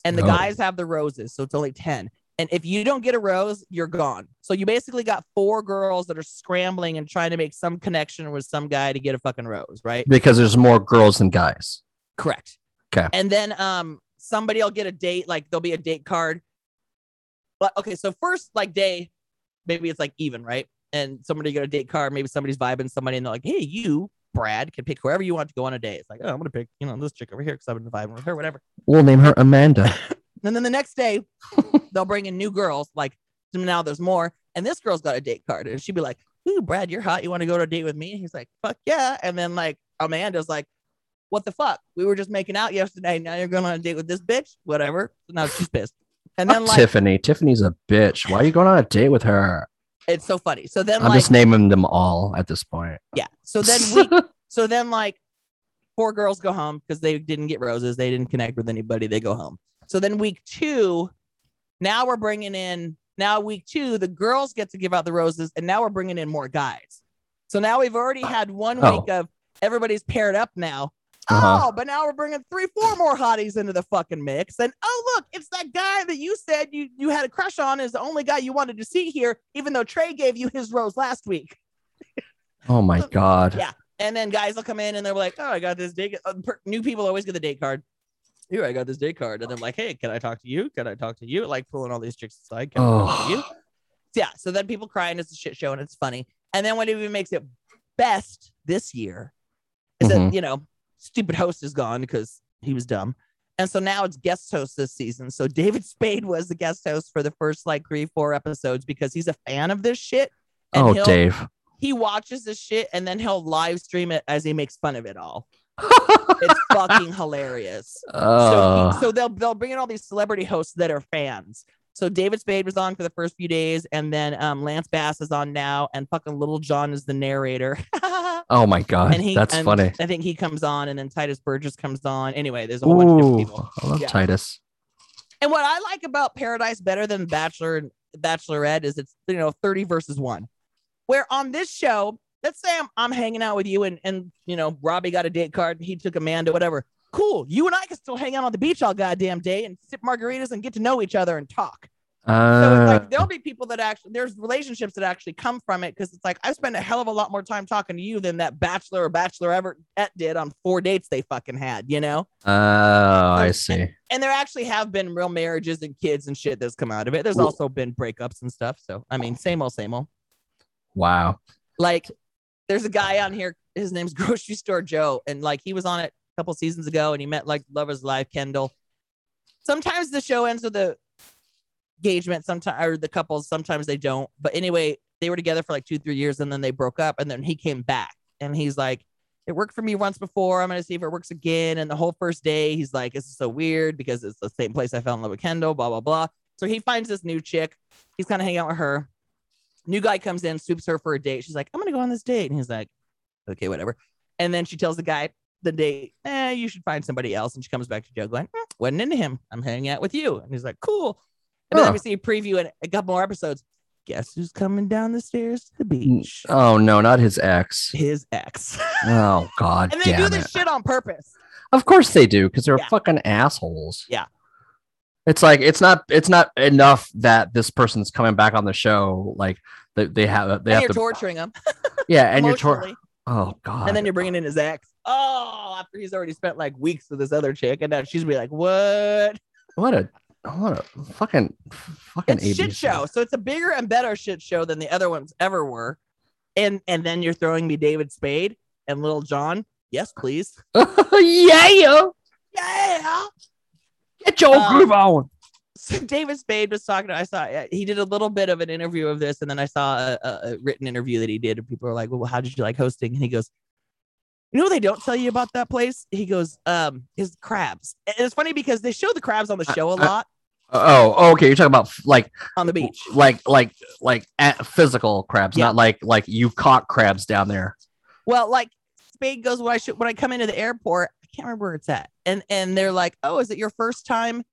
And the Oh. guys have the roses. So it's only 10. And if you don't get a rose, you're gone. So you basically got four girls that are scrambling and trying to make some connection with some guy to get a fucking rose, right? Because there's more girls than guys. Correct. Okay. And then um somebody will get a date, like there'll be a date card. But okay, so first like day, maybe it's like even, right? And somebody got a date card, maybe somebody's vibing somebody and they're like, hey, you, Brad, can pick whoever you want to go on a date. It's like, oh, I'm gonna pick, you know, this chick over here because I've been vibing with her, whatever. We'll name her Amanda. And then the next day, they'll bring in new girls. Like now there's more. And this girl's got a date card. And she'd be like, Ooh, Brad, you're hot. You want to go to a date with me? And he's like, Fuck yeah. And then like Amanda's like, What the fuck? We were just making out yesterday. Now you're going on a date with this bitch? Whatever. So now she's pissed. And then like Tiffany. Tiffany's a bitch. Why are you going on a date with her? it's so funny. So then I'm like just naming them all at this point. yeah. So then we So then, like, four girls go home because they didn't get roses. They didn't connect with anybody. They go home. So then, week two, now we're bringing in, now week two, the girls get to give out the roses, and now we're bringing in more guys. So now we've already had one Oh. week of everybody's paired up now. Uh-huh. Oh, but now we're bringing three, four more hotties into the fucking mix. And oh, look, it's that guy that you said you, you had a crush on is the only guy you wanted to see here, even though Trey gave you his rose last week. oh my god. Yeah. And then guys will come in and they're like, "Oh, I got this date." uh, per- New people always get the date card. Here, I got this date card, and they're like, "Hey, can I talk to you? Can I talk to you?" Like pulling all these chicks aside. Can I talk to you? Oh. Yeah. So then people cry and it's a shit show and it's funny. And then what even makes it best this year is Mhm. that you know stupid host is gone because he was dumb, and so now it's guest host this season. So David Spade was the guest host for the first like three, four episodes because he's a fan of this shit. And Oh, he'll- Dave. he watches this shit and then he'll live stream it as he makes fun of it all. It's fucking hilarious. So, Oh. he- so they'll they'll bring in all these celebrity hosts that are fans. So David Spade was on for the first few days, and then um, Lance Bass is on now, and fucking Little John is the narrator. and oh my god. he That's and funny. I think he comes on, and then Titus Burgess comes on. Anyway, there's a whole bunch of different Ooh, people. I love Yeah. Titus. And what I like about Paradise better than Bachelor and Bachelorette is it's you know 30 versus one. Where on this show, let's say I'm I'm hanging out with you and and you know Robbie got a date card and he took Amanda, whatever. Cool. You and I can still hang out on the beach all goddamn day and sip margaritas and get to know each other and talk. So it's Uh, like there'll be people that actually there's relationships that actually come from it because it's like I spend a hell of a lot more time talking to you than that bachelor or bachelor ever did on four dates they fucking had, you know? oh, I see. and there actually have been real marriages and kids and shit that's come out of it. There's Well- also been breakups and stuff. So I mean, same old, same old. Wow. Like, there's a guy on here. His name's Grocery Store Joe, and like he was on it a couple seasons ago, and he met like Lover's Life Kendall. Sometimes the show ends with a engagement, sometimes or the couples. Sometimes they don't. But anyway, they were together for like two, three years, and then they broke up, and then he came back, and he's like. It worked for me once before. I'm gonna see if it works again. And the whole first day, he's like, "This is so weird because it's the same place I fell in love with Kendall." Blah blah blah. So he finds this new chick. He's kind of hanging out with her. New guy comes in, swoops her for a date. She's like, I'm gonna go on this date. And he's like, okay, whatever. And then she tells the guy the date, eh, you should find somebody else. And she comes back to Joe going, "Mm, wasn't into him. I'm hanging out with you. And he's like, cool. And then Huh. we see a preview and a couple more episodes. Guess who's coming down the stairs to the beach? Oh no, not his ex. His ex. Oh god and they do damn this it. shit on purpose. Of course they do, because they're Yeah. fucking assholes. Yeah. It's like it's not it's not enough that this person's coming back on the show. Like they, they have they and have you're to torturing him. yeah, and you're tor- emotionally. oh god, and then you're bringing in his ex. Oh, after he's already spent like weeks with this other chick, and now she's be like, "What?" what a what a fucking fucking It's shit ABC. show. So it's a bigger and better shit show than the other ones ever were. And and then you're throwing me David Spade and Little John. Yes, please. yeah, yo. Yeah. get your Um, groove on. so David Spade was talking. To, I saw uh, he did a little bit of an interview of this, and then I saw a, a, a written interview that he did. And people were like, "Well, how did you like hosting?" And he goes, "You know what they don't tell you about that place?" He goes, "Um, his crabs." And it's funny because they show the crabs on the show a I- lot Oh, oh, okay. You're talking about like on the beach. like like like at physical crabs, Yeah. not like like you caught crabs down there. Well, like Spade goes, "When I should, when I come into the airport, I can't remember where it's at," and and they're like, "Oh, is it your first time?"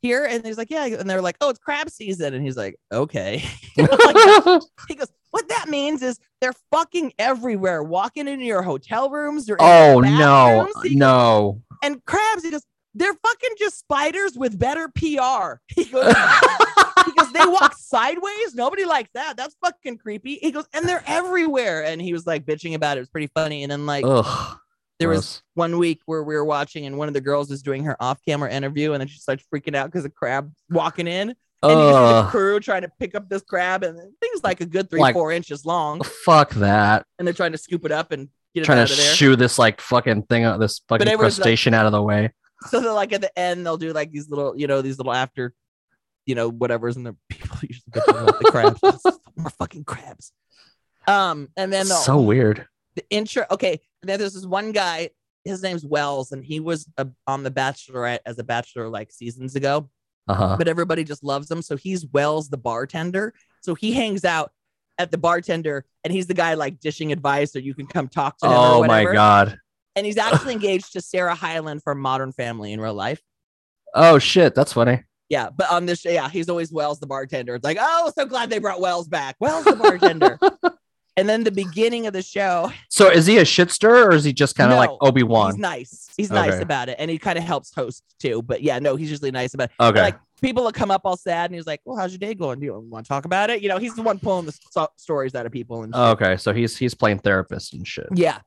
Here and he's like, yeah, and they're like, oh, it's crab season, and he's like, okay. Like, He goes, What that means is they're fucking everywhere, walking into your hotel rooms. Or oh no, He- no. and crabs, he goes, They're fucking just spiders with better PR. He goes, he goes, They walk sideways. Nobody likes that. That's fucking creepy. He goes, And they're everywhere. And he was like bitching about it. It was pretty funny. And then, like, Ugh, there was gross. one week where we were watching, and one of the girls was doing her off camera interview, and then she starts freaking out because a crab walking in. And you just see the Ugh, crew trying to pick up this crab, and the thing's like a good three, Like- four inches long fuck that. and they're trying to scoop it up and get it Trying out to of there. shoo this like fucking thing out, this fucking everyone's like- crustacean out of the way. So they're like at the end, they'll do like these little, you know, these little after, you know, whatever's in the people usually bitch about the crabs. It's More fucking crabs. Um, and then the, so weird. the intro. Okay, and then there's this one guy. His name's Wells, and he was uh, on The Bachelorette as a bachelor like seasons ago. Uh huh. but everybody just loves him. So he's Wells, the bartender. So he hangs out at the bartender and he's the guy like dishing advice or you can come talk to him or Oh my whatever. god. And he's actually engaged to Sarah Hyland from Modern Family in real life. Oh shit, that's funny. Yeah. But on this, yeah, he's always Wells, the bartender. It's like, oh, so glad they brought Wells back. Wells, the bartender. and then the beginning of the show, So is he a shit stirrer or is he just kind of like No, Obi Wan? he's nice. He's nice Okay. about it. And he kind of helps host too. But yeah, no, he's usually nice about it. okay. like- people will come up all sad and he's like, Well, how's your day going? Do you want to talk about it? You know, he's the one pulling the so- stories out of people. And shit. okay. So he's he's playing therapist and shit. yeah.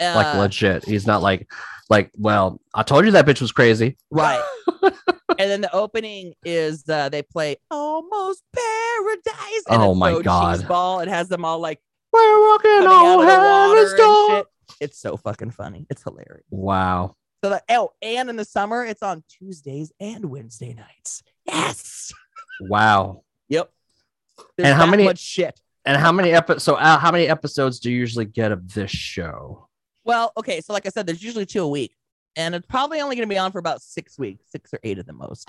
Uh, Like legit. He's not like like, well, I told you that bitch was crazy. Right. and then the opening is uh, they play Almost Paradise. And Oh it's my so God. cheeseball. It has them all like We're walking coming on out of heaven's the water and door. shit. It's so fucking funny. It's hilarious. Wow. So the oh, and in the summer, it's on Tuesdays and Wednesday nights. Yes. Wow. Yep. And how that many- much shit? And how many episodes? So uh, how many episodes do you usually get of this show? Well, okay. So, like I said, there's usually two a week, and it's probably only going to be on for about six weeks, six or eight at the most.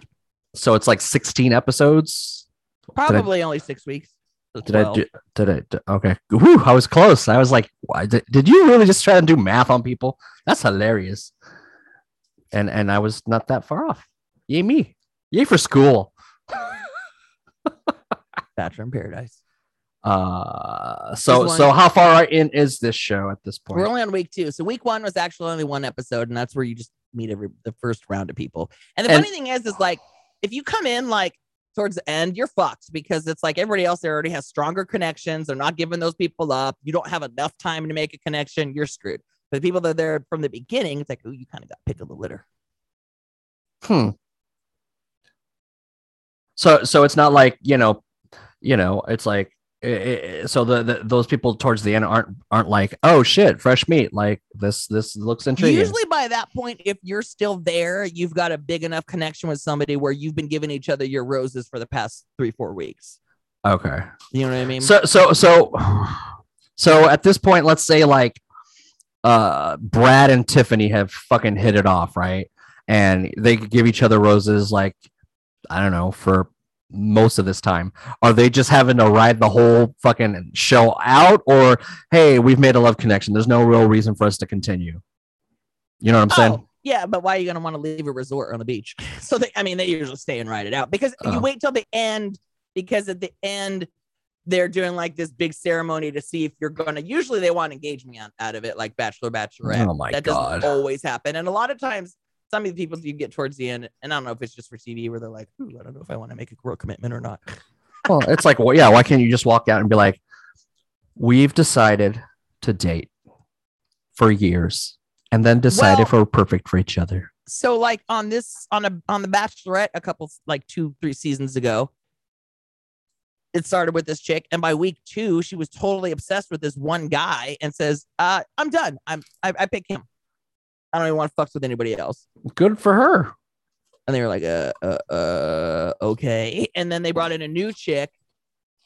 So it's like 16 episodes. Probably only six weeks. So Did I 12. do? Did I? do- okay. Whew, I was close. I was like, why did, did you really just try to do math on people? That's hilarious. And and I was not that far off. Yay me. Yay for school. Bachelor in Paradise? Uh so Just so one- how far in is this show at this point? We're only on week two, so week one was actually only one episode, and that's where you just meet every the first round of people. And the And- funny thing is, is like if you come in like towards the end, you're fucked because it's like everybody else there already has stronger connections. They're not giving those people up. You don't have enough time to make a connection. You're screwed. But the people that are there from the beginning, it's like, oh, you kind of got picked of the litter. Hmm. So so it's not like you know, you know, it's like i- i- i- so the, the those people towards the end aren't aren't like oh shit fresh meat like this this looks intriguing. Usually by that point, if you're still there, you've got a big enough connection with somebody where you've been giving each other your roses for the past three, four weeks. okay. You know what I mean? So so so so at this point, let's say like uh Brad and Tiffany have fucking hit it off, right? And they could give each other roses like I don't know for most of this time. Are they just having to ride the whole fucking show out or hey, we've made a love connection. There's no real reason for us to continue. You know what I'm saying? Oh, yeah, but why are you going to want to leave a resort on the beach? So, they, I mean, they usually stay and ride it out because Oh. you wait till the end, because at the end, they're doing like this big ceremony to see if you're going to. Usually, they want engagement out- out of it, like Bachelor, Bachelorette. Oh my that god. doesn't always happen. And a lot of times, some of the people you get towards the end, and I don't know if it's just for CD where they're like, Ooh, I don't know if I want to make a real commitment or not. Well, it's like, well, yeah, why can't you just walk out and be like, we've decided to date for years and then decide if we're perfect for each other? So like on this on a on the Bachelorette a couple like two three seasons ago, it started with this chick, and by week two she was totally obsessed with this one guy and says, uh, "I'm done. I'm I, I pick him. I don't even want to fuck with anybody else." Good for her. And they were like, uh, uh, uh, okay. And then they brought in a new chick,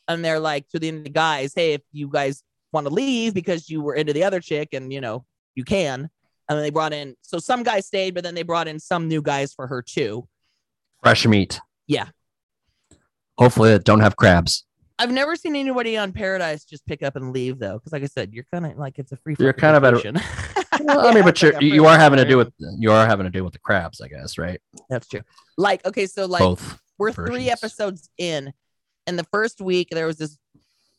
and they're like to the, the guys, hey, if you guys want to leave because you were into the other chick, and you know you can. And then they brought in, so some guys stayed, but then they brought in some new guys for her too. Fresh meat. Yeah. Hopefully, it don't have crabs. I've never seen anybody on Paradise just pick up and leave though, because like I said, you're kind of like it's a free. You're kind of at a- a. Well, I mean, but you're, you are having to do with you are having to do with the crabs, I guess, right? That's true. Like okay, so like Both. we're versions. three episodes in, and the first week there was this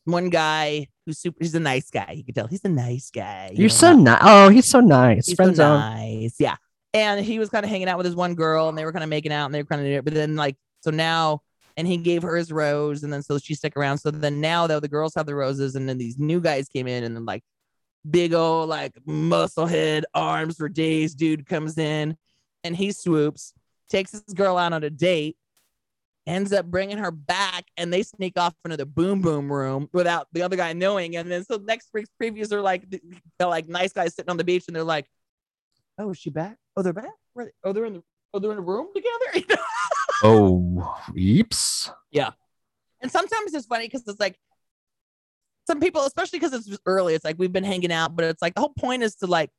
one guy who's super. He's a nice guy. You can tell he's a nice guy. you You're know, so not- nice. Oh, he's so nice. he's Friend so zone. nice. Yeah. And he was kind of hanging out with his one girl, and they were kind of making out, and they were kind of doing it. But then like so now, and he gave her his rose, and then so she stuck around. So then now though the girls have the roses, and then these new guys came in, and then like big old like muscle head, arms for days, dude comes in, and he swoops, takes his girl out on a date. Ends up bringing her back, and they sneak off into the boom boom room without the other guy knowing. And then so next week's previews are like they're like nice guys sitting on the beach, and they're like, oh, is she back? Oh, they're back. Where they- Oh, they're in the oh, they're in a room together. You know? Oh, yeeps. And sometimes it's funny because it's like some people, especially because it's early, it's like we've been hanging out, but it's like the whole point is to like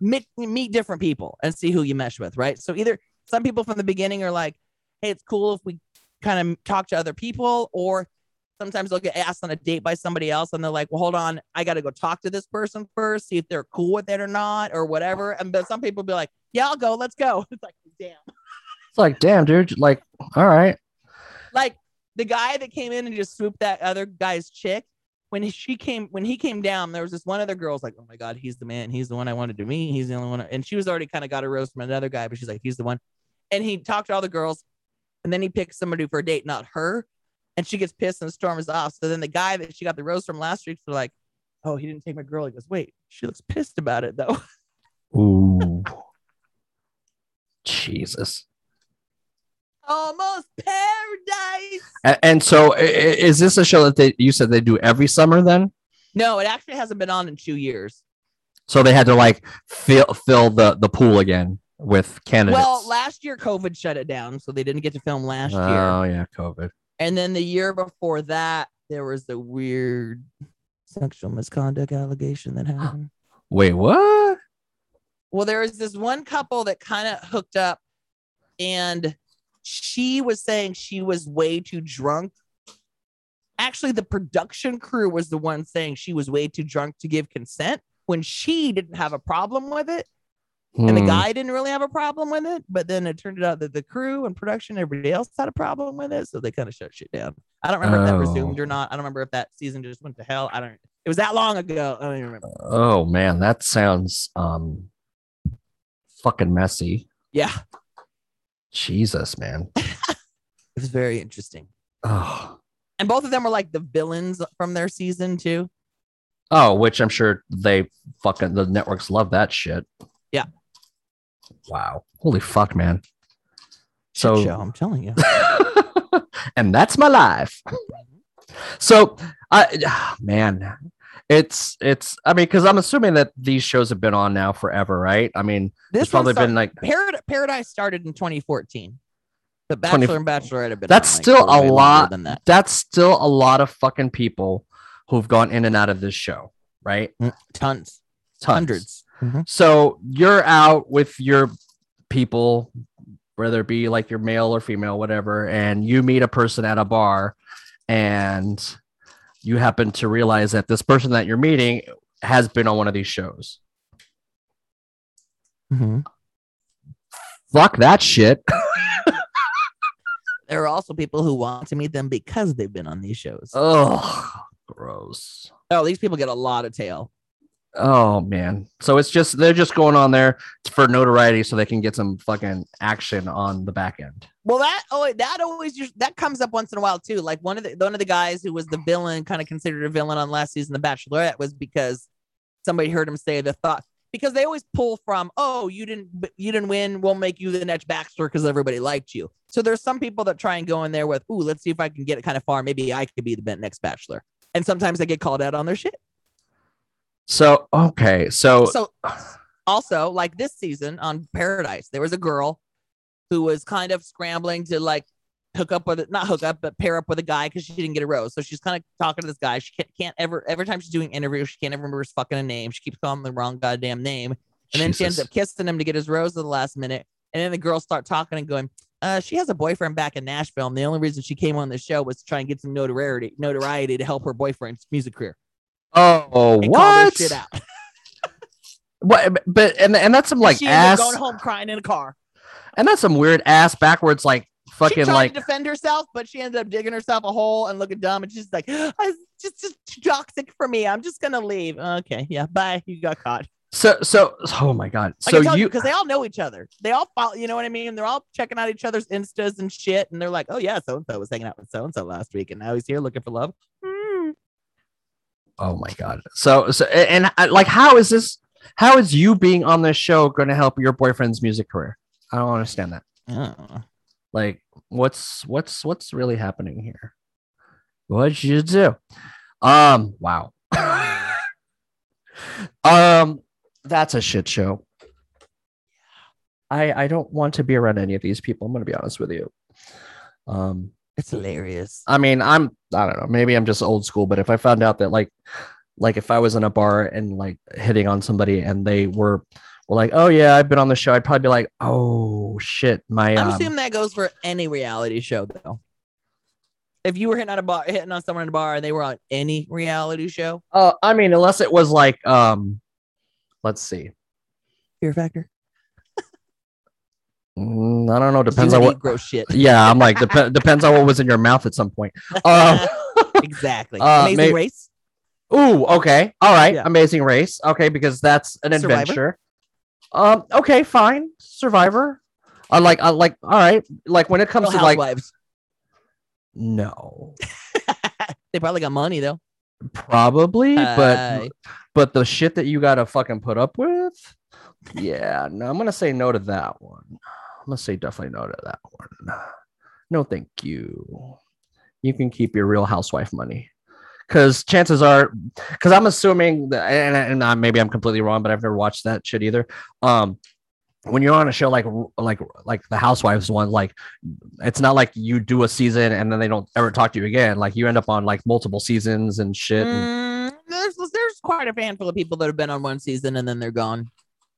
meet meet different people and see who you mesh with, right? So either some people from the beginning are like, hey, it's cool if we kind of talk to other people, or sometimes they'll get asked on a date by somebody else and they're like, well, hold on, I got to go talk to this person first, see if they're cool with it or not, or whatever. And but some people be like, yeah, I'll go, let's go. It's like, damn. It's like, damn, dude. Like, all right. like the guy that came in and just swooped that other guy's chick when he- she came when he came down there was this one other girl's like oh my god he's the man he's the one i wanted to meet he's the only one I-" and she was already kind of got a rose from another guy but she's like he's the one and he talked to all the girls and then he picked somebody for a date not her and she gets pissed and storms off so then the guy that she got the rose from last week was like oh he didn't take my girl he goes wait she looks pissed about it though Ooh. Jesus. almost paradise And, and so, i- i- is this a show that they you said they do every summer? Then, no it actually hasn't been on in two years so they had to like fill fill the the pool again with candidates. Well, last year COVID shut it down, so they didn't get to film last year. oh yeah, COVID. And then the year before that, there was the weird sexual misconduct allegation that happened. Wait, what? well, there was this one couple that kind of hooked up, and she was saying she was way too drunk. Actually, the production crew was the one saying she was way too drunk to give consent when she didn't have a problem with it. and the Hmm. guy didn't really have a problem with it but then it turned out that the crew and production everybody else had a problem with it so they kind of shut shit down i don't remember if that resumed Oh. or not i don't remember if that season just went to hell i don't it was that long ago i don't even remember Oh man, that sounds um fucking messy. yeah Jesus, man. it was very interesting Oh. and both of them were like the villains from their season too Oh, which I'm sure they fucking the networks love that shit. Yeah. Wow. Holy fuck, man. Shit So- show i'm telling you and that's my life. So, I man, it's it's. I mean, because I'm assuming that these shows have been on now forever, right? I mean, this it's probably one's been like Parad- paradise started in 2014 the bachelor 20 and bachelorette have been That's on, like, still for a way longer lot. than that that's still a lot of fucking people who've gone in and out of this show, right? tons, Tons. hundreds Mhm. So you're out with your people, whether it be like your male or female, whatever, and you meet a person at a bar and you happen to realize that this person that you're meeting has been on one of these shows. Mhm. Mm-hmm. Fuck that shit. There are also people who want to meet them because they've been on these shows. Ugh, gross. Oh, these people get a lot of tail. Oh man. So it's just they're just going on there for notoriety so they can get some fucking action on the back end. Well, that oh that always us- that comes up once in a while too. Like one of the one of the guys who was the villain, kind of considered a villain on last season, The Bachelorette, was because somebody heard him say the thought because they always pull from oh you didn't b- you didn't win, we'll make you the next Baxter because everybody liked you. So there's some people that try and go in there with ooh let's see if I can get it kind of far. Maybe I could be the next Bachelor. And sometimes they get called out on their shit. So okay, so, So also like this season on Paradise, there was a girl who was kind of scrambling to like hook up with not hook up, but pair up with a guy because she didn't get a rose. So she's kind of talking to this guy. She can't, can't ever every time she's doing interviews, she can't ever remember his fucking name. She keeps calling him the wrong goddamn name. And then she ends Jesus. up kissing him to get his rose at the last minute. And then the girls start talking and going, uh, she has a boyfriend back in Nashville. And the only reason she came on the show was to try and get some notoriety, notoriety to help her boyfriend's music career. oh And call their what? shit out. What but and and that's some like she ended up ass going home crying in a car. and that's some weird ass backwards like she fucking tried like to defend herself, but she ended up digging herself a hole and looking dumb. And she's like, "I just just too toxic for me. I'm just gonna leave." Okay, yeah, bye. You got caught. so so oh my god. So I can tell you you because they all know each other. They all follow. You know what I mean? They're all checking out each other's instas and shit. And they're like, "Oh yeah, so and so was hanging out with so and so last week, and now he's here looking for love." Hmm. oh my god. So so and, and, uh, like how is this how is you being on this show going to help your boyfriend's music career? I don't understand that. Oh. like what's what's what's really happening here what'd you do um wow um that's a shit show i i don't want to be around any of these people i'm gonna be honest with you um It's hilarious. i mean i'm i don't know maybe i'm just old school but if i found out that like like if i was in a bar and like hitting on somebody and they were were like oh yeah i've been on the show i'd probably be like oh shit my um, I'm assuming that goes for any reality show though. If you were hitting on a bar, hitting on someone in a bar, and they were on any reality show, Uh, I mean, unless it was like, um, let's see. Fear Factor. Mm, I don't know. Depends You on hate what. gross shit. Yeah, I'm like dep- depends on what was in your mouth at some point. Uh, exactly. uh, Amazing may- race. ooh, okay, all right, Yeah. Amazing Race. Okay, because that's an Survivor? adventure. Um, okay, fine, Survivor. I like, I like, all right, like when it comes Real to like, Housewives. no, They probably got money though. probably, Uh, but but the shit that you gotta fucking put up with, yeah, no, I'm gonna say no to that one. I'm gonna say definitely no to that one. No, thank you. You can keep your Real Housewife money, because chances are, because I'm assuming that, and, and I, maybe I'm completely wrong, but I've never watched that shit either. Um, when you're on a show like like like the Housewives one, like it's not like you do a season and then they don't ever talk to you again. Like you end up on like multiple seasons and shit. and- mm, there's there's quite a handful of people that have been on one season and then they're gone.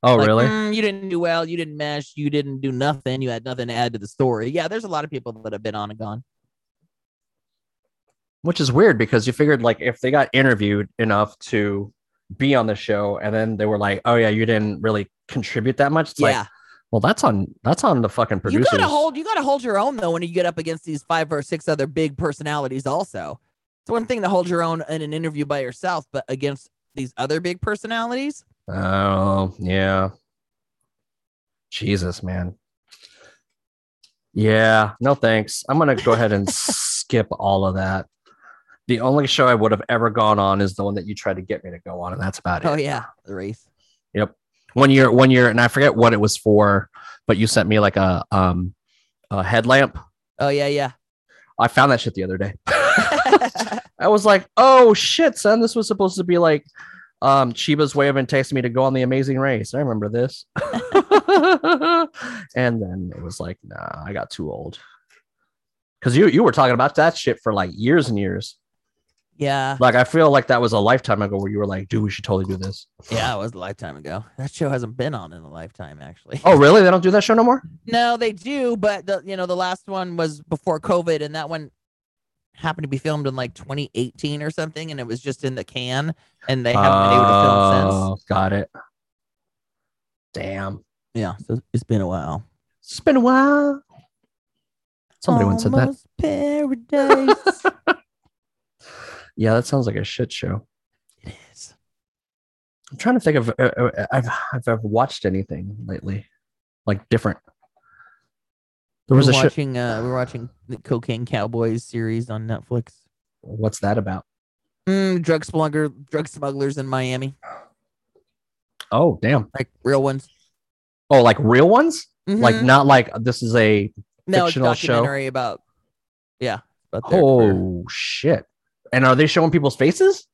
oh, Like, really? "Mm, you didn't do well. You didn't mesh. You didn't do nothing. You had nothing to add to the story. Yeah, there's a lot of people that have been on and gone. which is weird because you figured like if they got interviewed enough to be on the show and then they were like oh yeah you didn't really contribute that much it's yeah, like well that's on that's on the fucking you producers gotta hold you gotta hold your own though when you get up against these five or six other big personalities. Also, it's one thing to hold your own in an interview by yourself, but against these other big personalities. oh yeah jesus man yeah no thanks i'm gonna go ahead and skip all of that the only show i would have ever gone on is the one that you tried to get me to go on and that's about it Oh yeah, the race. one year one year and i forget what it was for but you sent me like a um a headlamp Oh yeah, yeah. i found that shit the other day i was like oh shit son this was supposed to be like um chiba's way of enticing me to go on the amazing race i remember this and then it was like nah i got too old because you you were talking about that shit for like years and years yeah, like i feel like that was a lifetime ago where you were like dude we should totally do this yeah. It was a lifetime ago. That show hasn't been on in a lifetime, actually. oh really they don't do that show no more No, they do, but the you know the last one was before COVID, and that one happened to be filmed in like 2018 or something, and it was just in the can, and they haven't been able to film Oh, since. Got it. Damn. Yeah, so it's been a while. It's been a while. Somebody once said that. Almost Paradise. Yeah, that sounds like a shit show. it is. I'm trying to think of uh, uh, I've I've ever watched anything lately, like different. There was we're a show. watching uh we're watching the Cocaine Cowboys series on Netflix. What's that about? Mm, drug smuggler drug smugglers in Miami. Oh, damn! Like real ones. Oh, like real ones? Like Mhm. not like this is a no it's fictional show? documentary about yeah. About their career. oh shit. And are they showing people's faces?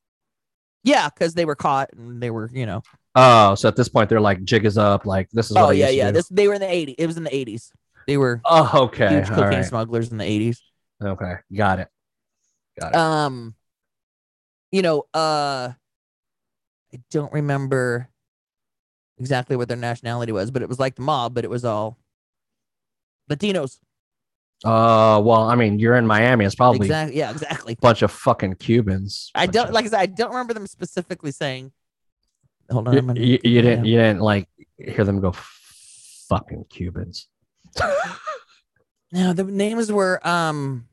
yeah, because they were caught and they were, you know. Oh, so at this point they're like jig is up. Like this is. Oh what I yeah, used to yeah. do. This they were in the 80s. It was in the 80s. They were oh, okay. huge All cocaine right. smugglers in the 80s. Okay, got it. Got it. um you know uh i don't remember exactly what their nationality was but it was like the mob but it was all latinos Uh, well, I mean, you're in Miami. It's probably a exactly yeah exactly bunch of fucking Cubans. i bunch don't of- like i said i don't remember them specifically saying hold on You, I'm gonna- you, you didn't. yeah. You didn't like hear them go fucking Cubans. no the names were um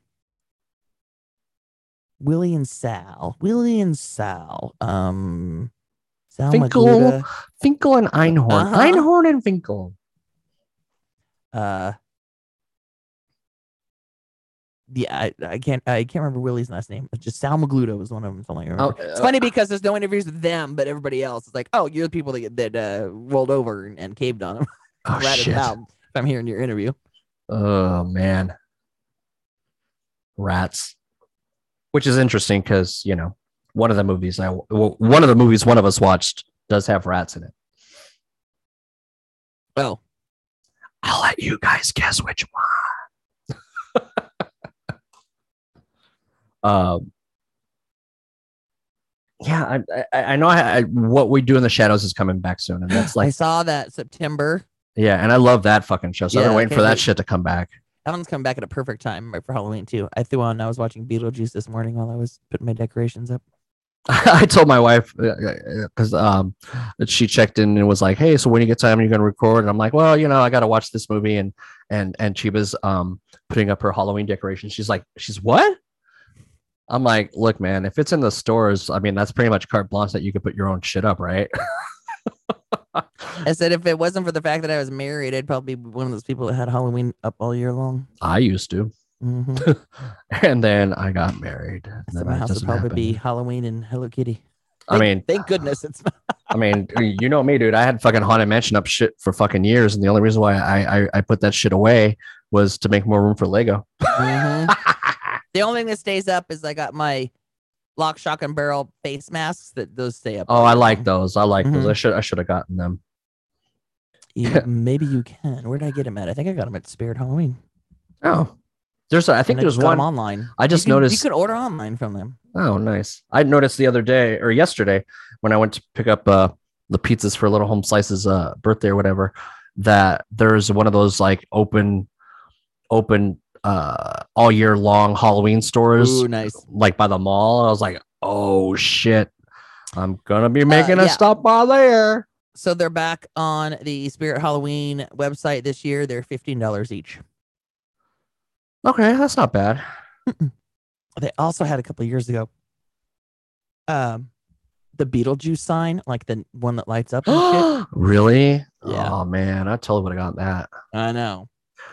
willie and sal willie and sal um sal Finkel. Magluta. Finkel and Einhorn. Uh-huh. Einhorn and Finkel. uh yeah, I, I can't I can't remember Willie's last name. It's just Sal Magluta was one of them. Something I remember. Oh, it's uh, funny because there's no interviews with them, but everybody else is like, "Oh, you're the people that get- that uh, rolled over and, and caved on them." oh ratted shit. them out, if I'm hearing your interview, Oh man. Rats. Which is interesting because you know one of the movies I well, one of the movies one of us watched does have rats in it. well, I'll let you guys guess which one. um, yeah, I, I, I know. I, I, what we do in the shadows is coming back soon, and that's I like, saw that September. yeah, and I love that fucking show. So I've Yeah, been I waiting for can't that wait. shit to come back. That one's coming back at a perfect time right for Halloween too. I threw on. I was watching Beetlejuice this morning while I was putting my decorations up. I told my wife because um, she checked in and was like, "Hey, so when you get time, you're gonna record?" And I'm like, "Well, you know, I gotta watch this movie." And and and Chiba's um putting up her Halloween decorations. She's like, "She's what?" I'm like, "Look, man, if it's in the stores, I mean, that's pretty much carte blanche that you could put your own shit up, right?" I said, if it wasn't for the fact that I was married, I'd probably be one of those people that had Halloween up all year long. I used to, hmm and then I got married. and So then my it house would doesn't probably happen. be Halloween and Hello Kitty. I mean, Thank goodness it's not. I mean, you know me, dude. I had fucking haunted mansion up shit for fucking years, and the only reason why I I, I put that shit away was to make more room for Lego. Mm-hmm. the only thing that stays up is I got my lock, shock, and barrel face masks that those stay up. Oh, I like those. I like those. I Mhm. should I should have gotten them. You, maybe you can. Where did I get them at? I think I got them at Spirit Halloween. Oh, there's. A, I think And there's just got 'em one. online. I just you can- noticed. you could order online from them. oh, nice. I noticed the other day or yesterday when I went to pick up uh the pizzas for Little Home Slices uh birthday or whatever that there's one of those like open open uh all year long Halloween stores. Ooh, nice. like by the mall. I was like, oh shit, I'm gonna be making Uh, yeah. a stop by there. So they're back on the Spirit Halloween website this year. They're fifteen dollars each. Okay, that's not bad. They also had a couple years ago. Um, the Beetlejuice sign, like the one that lights up. And shit. Oh, really? Yeah. Oh man, I totally would have gotten that. I know.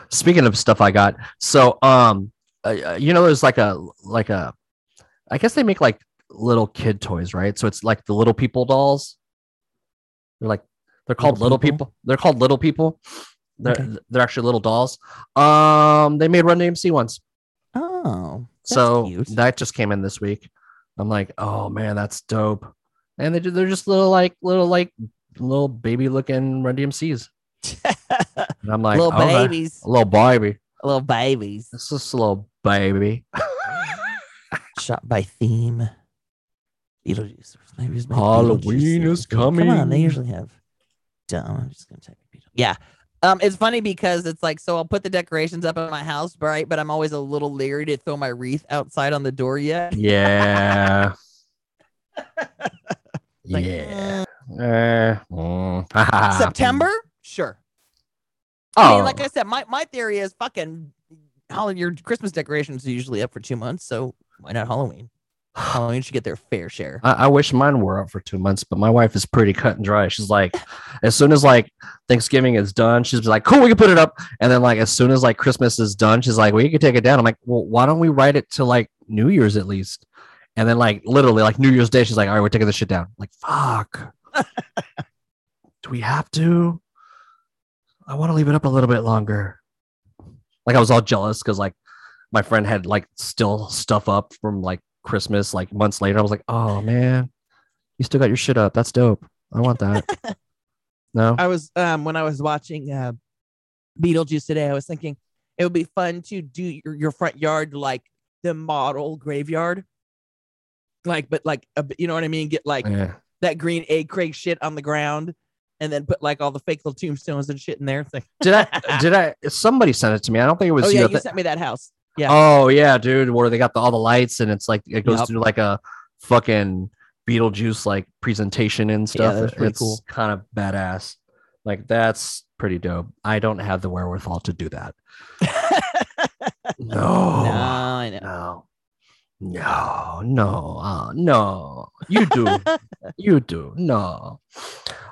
Speaking of stuff I got, so um, uh, you know, there's like a like a, I guess they make like little kid toys, right? So it's like the little people dolls. They're like they're called Little little People? people. They're called little people. They're Okay. they're actually little dolls. Um, they made Run DMC ones. Oh, that's so cute. that just came in this week. I'm like, oh man, that's dope. And they do, they're just little like little like little baby looking Run DMCs. And I'm like, little okay. babies, little baby, little babies, it's just a little baby. shot by theme. Beetlejuice. They always make Halloween Beetlejuice is every- Come on, they coming. usually have. Dumb. I'm just gonna type Beetlejuice. Yeah. Um, it's funny because it's like so I'll put the decorations up in my house, right? But I'm always a little leery to throw my wreath outside on the door yet. yeah. Like, yeah. mm, Uh, mm. September, sure. Oh, I mean, like I said, my, my theory is fucking Halloween. Your Christmas decorations are usually up for two months, so why not Halloween? Halloween should get their fair share. I, I wish mine were up for two months, but my wife is pretty cut and dry. She's like, as soon as like Thanksgiving is done, she's like, cool, we can put it up. And then like as soon as like Christmas is done, she's like, well, you can take it down. I'm like, well, why don't we write it to like New Year's at least? And then like literally like New Year's Day, she's like, all right, we're taking this shit down. I'm like, fuck. Do we have to? I want to leave it up a little bit longer. Like I was all jealous because like my friend had like still stuff up from like Christmas, like months later. I was like, oh man, you still got your shit up. That's dope. I want that. no. I was um when I was watching uh, Beetlejuice today, I was thinking it would be fun to do your, your front yard like the model graveyard, like but like a, you know what I mean? Get like Yeah. that green egg Craig shit on the ground, and then put like all the fake little tombstones and shit in there. It's like, Did I did I somebody sent it to me? I don't think it was oh you. yeah, I you thi- sent me that house. yeah. Oh yeah, dude, where they got the, all the lights and it's like it goes Yup. through like a fucking Beetlejuice like presentation and stuff. that's pretty it's cool. kind of badass. Like that's pretty dope. I don't have the wherewithal to do that. no. Oh. No, I know. No. No, no, uh, no. You do. you do. No.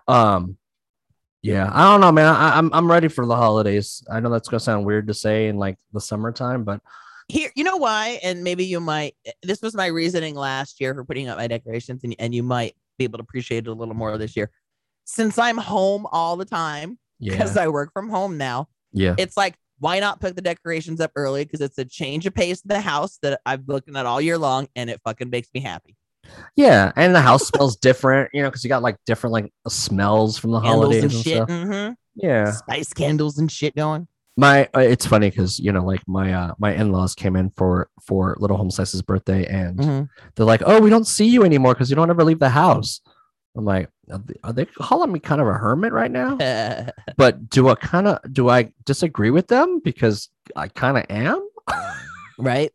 Um yeah, I don't know, man. I, I'm I'm ready for the holidays. I know that's gonna sound weird to say in like the summertime, but here you know why and maybe you might this was my reasoning last year for putting up my decorations and, and you might be able to appreciate it a little more this year since i'm home all the time yeah, because i work from home now yeah, it's like why not put the decorations up early because it's a change of pace in the house that i've been looking at all year long and it fucking makes me happy yeah. And the house smells different, you know, because you got like different like smells from the candles holidays and and, shit stuff. hmm Yeah, spice candles and shit going my uh, it's funny because you know, like my uh my in laws came in for for little home slice's birthday and. Mhm. they're like, "Oh, we don't see you anymore because you don't ever leave the house." I'm like, "Are they, are they calling me kind of a hermit right now?" Mm-hmm. but do I kind of do I disagree with them because I kind of am? right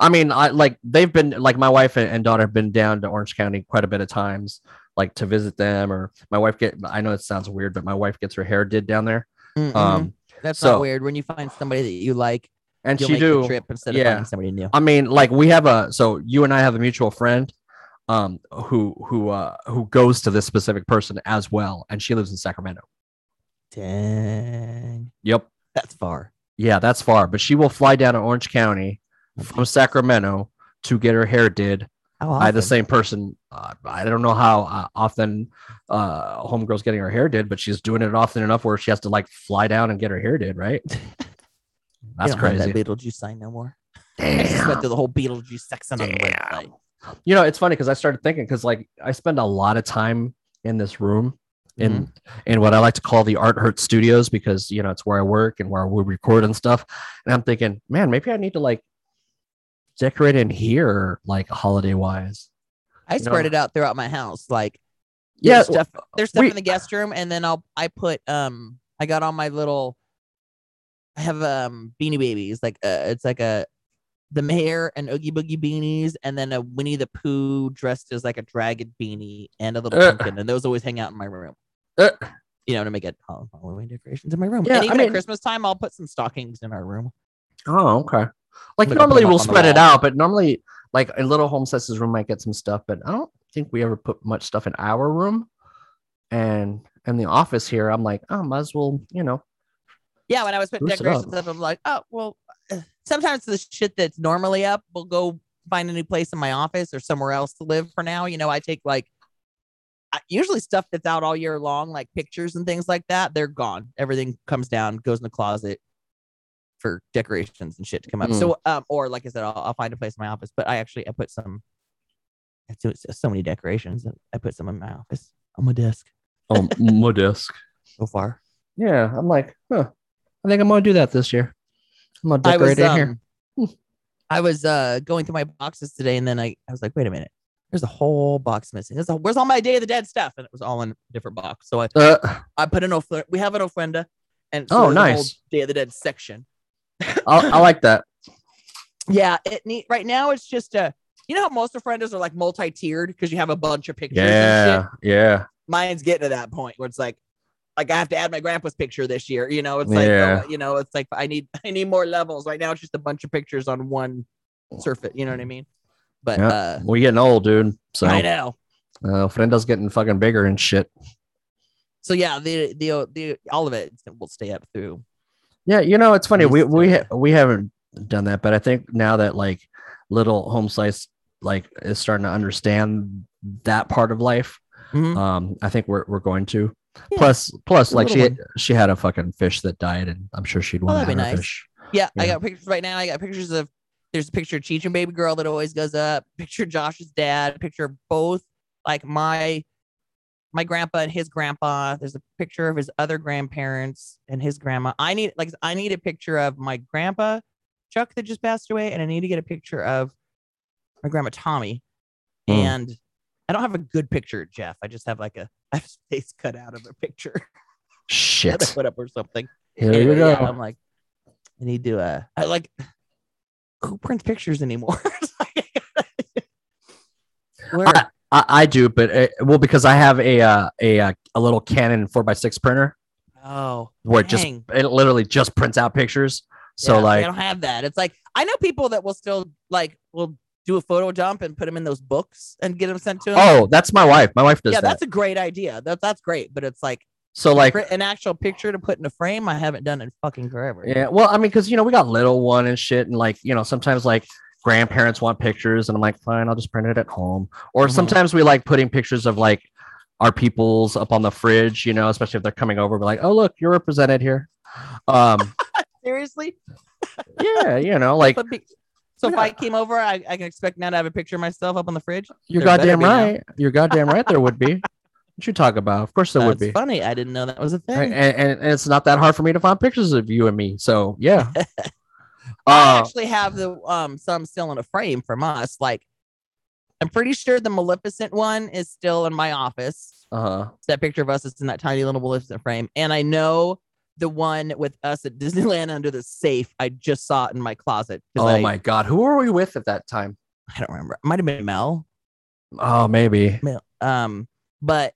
I mean, I like they've been like my wife and, and daughter have been down to Orange County quite a bit of times, like to visit them. Or my wife get I know it sounds weird, but my wife gets her hair did down there. Mhm. Um, that's so- not weird when you find somebody that you like and you'll she make the do trip instead of yeah. finding somebody new I mean, like we have a so you and I have a mutual friend um who who uh who goes to this specific person as well and she lives in Sacramento. dang Yep. that's far Yeah, that's far, but she will fly down to Orange County from Sacramento to get her hair did How by the often? same person. Uh, I don't know how uh, often uh homegirl's getting her hair did, but she's doing it often enough where she has to like fly down and get her hair did, right? You That's don't have crazy. That Beetlejuice sign no more. I just went Damn. through the whole Beetlejuice section on the Damn. website. You know, it's funny because I started thinking because like I spend a lot of time in this room in in what I like to call the Art Hurt Studios because you know it's where I work and where we record and stuff. And I'm thinking, man, maybe I need to like decorate in here like holiday wise. I you know- spread it out throughout my house. Like Yeah, uh, there's stuff, there's stuff we- in the guest room, and then I'll I put um I got all my little I have um beanie babies like uh, it's like a the mayor and Oogie Boogie beanies, and then a Winnie the Pooh dressed as like a dragon beanie and a little Uh. pumpkin, and those always hang out in my room. Uh. you know, to make it Hall- Halloween decorations in my room. Yeah, and I even mean- at Christmas time, I'll put some stockings in our room. Oh, okay. Like Like, I'll put normally them up we'll on the spread it wall. out, but normally like in little home sets room might get some stuff, but I don't think we ever put much stuff in our room. And in the office here, I'm like, oh, might as well, you know, Yeah, when I was putting Spruce it decorations up. up. I'm like, oh well. uh, Sometimes the shit that's normally up will go find a new place in my office or somewhere else to live for now. You know, I take like I- usually stuff that's out all year long, like pictures and things like that. They're gone. Everything comes down, goes in the closet for decorations and shit to come up. So, um, or like I said, I'll, I'll find a place in my office. But I actually I put some. I do so many decorations. I put some in my office on my desk um, my desk. so far. Yeah, I'm like, huh. I think I'm gonna do that this year. I'm gonna I decorate was in um, here. I was uh going through my boxes today, and then I, I was like, wait a minute, there's a whole box missing. There's a, where's all my Day of the Dead stuff? And it was all in a different box. So I, Uh, I put an ofrenda. We have an ofrenda, and Oh, there's an nice. whole Day of the Dead section. I, I like that. Yeah, it neat. Right now, it's just a. You know how most ofrendas are like multi-tiered because you have a bunch of pictures. And shit? yeah. mine's getting to that point where it's like, like I have to add my grandpa's picture this year. You know, it's Yeah. like, oh, you know, it's like I need I need more levels. Right now, it's just a bunch of pictures on one surface. You know what I mean? But Yeah. uh, we getting old, dude. So I know. uh, Frendo's getting fucking bigger and shit. So yeah, the the the all of it will stay up through. Yeah, you know, it's funny. Used We to we do ha- we haven't done that, but I think now that like little home slice like is starting to understand that part of life. Mhm. Um, I think we're we're going to. Yeah, Plus, plus, the like she little Oh, had, she had a fucking fish that died, and I'm sure she'd want to that'd have be her nice. fish. Yeah, I Yeah. got pictures right now. I got pictures of there's a picture of Cheech and Baby Girl that always goes up. Picture of Josh's dad. Picture of both like my my grandpa and his grandpa. There's a picture of his other grandparents and his grandma. I need like I need a picture of my grandpa Chuck that just passed away, and I need to get a picture of my grandma Tommy. Hmm. And I don't have a good picture, Jeff. I just have like a I have space cut out of a picture that I Shit. put up or something. Here you Anyway, go. yeah, I'm like, I need to. Uh, I like who prints pictures anymore? It's like- Where? I, I do, but it, well, because I have a uh, a uh, a little Canon four x six printer oh, where it just Dang. it literally just prints out pictures. So yeah, see, I like, don't have that. It's like I know people that will still like will do a photo dump and put them in those books and get them sent to them. oh, that's my wife. My wife does yeah, that. that's a great idea. That that's great, but it's like So like, print an actual picture to put in a frame. I haven't done in fucking forever. Yeah, well, I mean, because you know we got little one and shit, and like you know sometimes like grandparents want pictures, and I'm like, fine, I'll just print it at home. Or Mhm. sometimes we like putting pictures of like our peoples up on the fridge, you know, especially if they're coming over. We're like, oh look, you're represented here. Um, Seriously, yeah, you know, like But be- so if I came over, I, I can expect now to have a picture of myself up on the fridge. you're there better goddamn be now. right, you're goddamn right, there would be. What you talk about? Of course there would That's be. funny. I didn't know that was a thing. Right, And, and, and it's not that hard for me to find pictures of you and me. So yeah. Uh, I actually have the um some still in a frame from us. Like I'm pretty sure the Maleficent one is still in my office. uh, That picture of us is in that tiny little Maleficent frame. And I know the one with us at Disneyland under the safe. I just saw it in my closet. 'cause oh I, my god, who were we with at that time? I don't remember. It might have been Mel. Oh, maybe. Mel. Um, but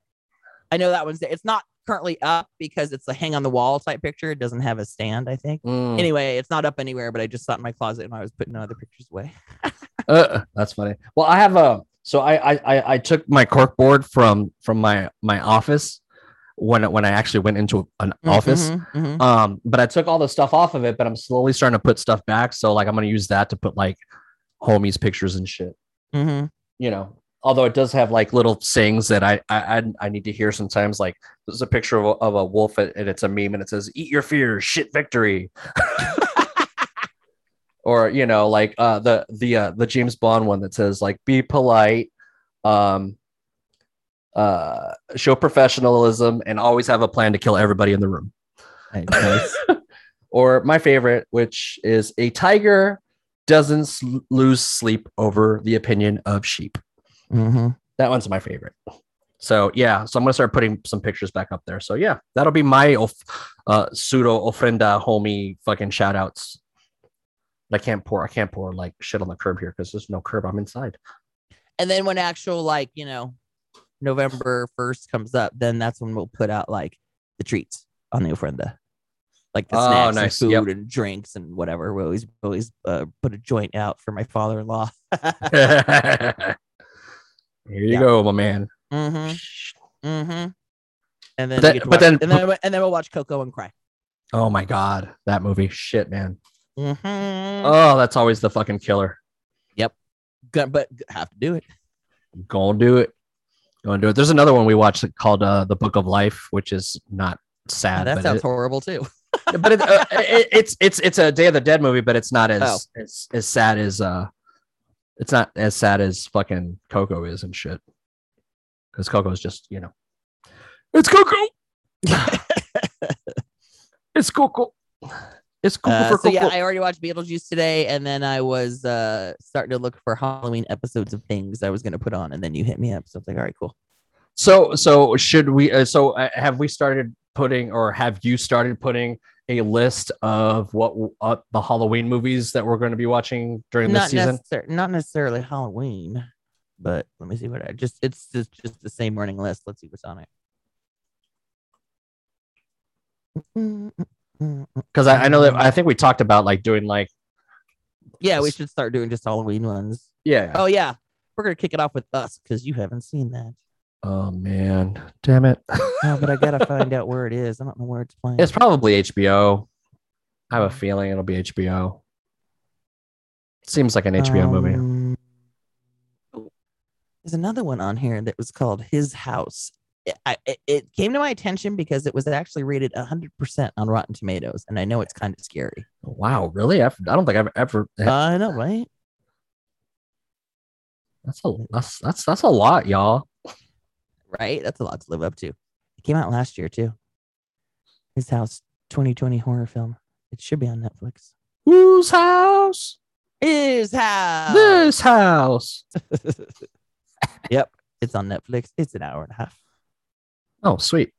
I know that one's there. It's not currently up because it's a hang on the wall type picture. It doesn't have a stand, I think. Mm. Anyway, it's not up anywhere, but I just saw it in my closet and I was putting other pictures away. uh, that's funny. Well, I have a so I I I, I took my cork board from from my my office when when I actually went into an office. Mhm, mhm. Um, but I took all the stuff off of it, but I'm slowly starting to put stuff back. So like I'm gonna use that to put like homies pictures and shit. Mm-hmm. You know. Although it does have like little sayings that I I I, I need to hear sometimes. Like there's a picture of a, of a wolf and and it's a meme and it says "Eat your fears, shit victory." or you know like uh the the uh the james bond one that says like be polite um uh show professionalism and always have a plan to kill everybody in the room or my favorite which is a tiger doesn't sl- lose sleep over the opinion of sheep mm-hmm. that one's my favorite so yeah so i'm gonna start putting some pictures back up there so yeah that'll be my of- uh pseudo ofrenda homie fucking shout outs i can't pour i can't pour like shit on the curb here because there's no curb i'm inside And then when actual like you know November first comes up, then that's when we'll put out like the treats on the ofrenda, like the Oh, snacks nice. and Yep. food and drinks and whatever. We always always uh, put a joint out for my father in law. here you Yeah. go my man mm-hmm. Mm-hmm. And then, But we then- get to but watch- then- and then and then we'll watch Coco and cry. oh my god that movie shit man Mm-hmm. oh that's always the fucking killer but have to do it. gonna do it gonna do it there's another one we watched called uh, the book of life which is not sad Oh, that but sounds it- horrible too. but it, uh, it, it's it's it's a Day of the Dead movie, but it's not as Oh. as, as sad as uh, it's not as sad as fucking Coco is and shit. Because Coco is just you know, it's Coco, it's Coco, it's Coco Uh, for so Coco. yeah, I already watched Beetlejuice today, and then I was uh starting to look for Halloween episodes of things I was gonna put on, and then you hit me up. So I was like, all right, cool. so so should we? Uh, so uh, have we started putting, or have you started putting? A list of what uh, the Halloween movies that we're going to be watching during this Not season. necessar- not necessarily Halloween, but let me see what I just it's just, just the same running list. Let's see what's on it. Mm, mm, mm, mm. Mm. because I, I know that I think we talked about like doing like Yeah, we should start doing just Halloween ones. Yeah. Oh yeah, we're gonna kick it off with us because you haven't seen that. Oh man, damn it! Oh, but I gotta find out where it is. I don't know where it's playing. it's probably HBO. I have a feeling it'll be HBO. Seems like an HBO movie. Um, oh, There's another one on here that was called His House. It, I, it- it came to my attention because it was actually rated 100% on Rotten Tomatoes, and I know it's kind of scary. Wow, really? I've, I don't think I've ever. I know, right? That's a that's that's that's a lot, y'all. Right? That's a lot to live up to. It came out last year, too. His House 2020 horror film. It should be on Netflix. Whose house? His House. This house. yep. It's on Netflix. It's an hour and a half. Oh, sweet.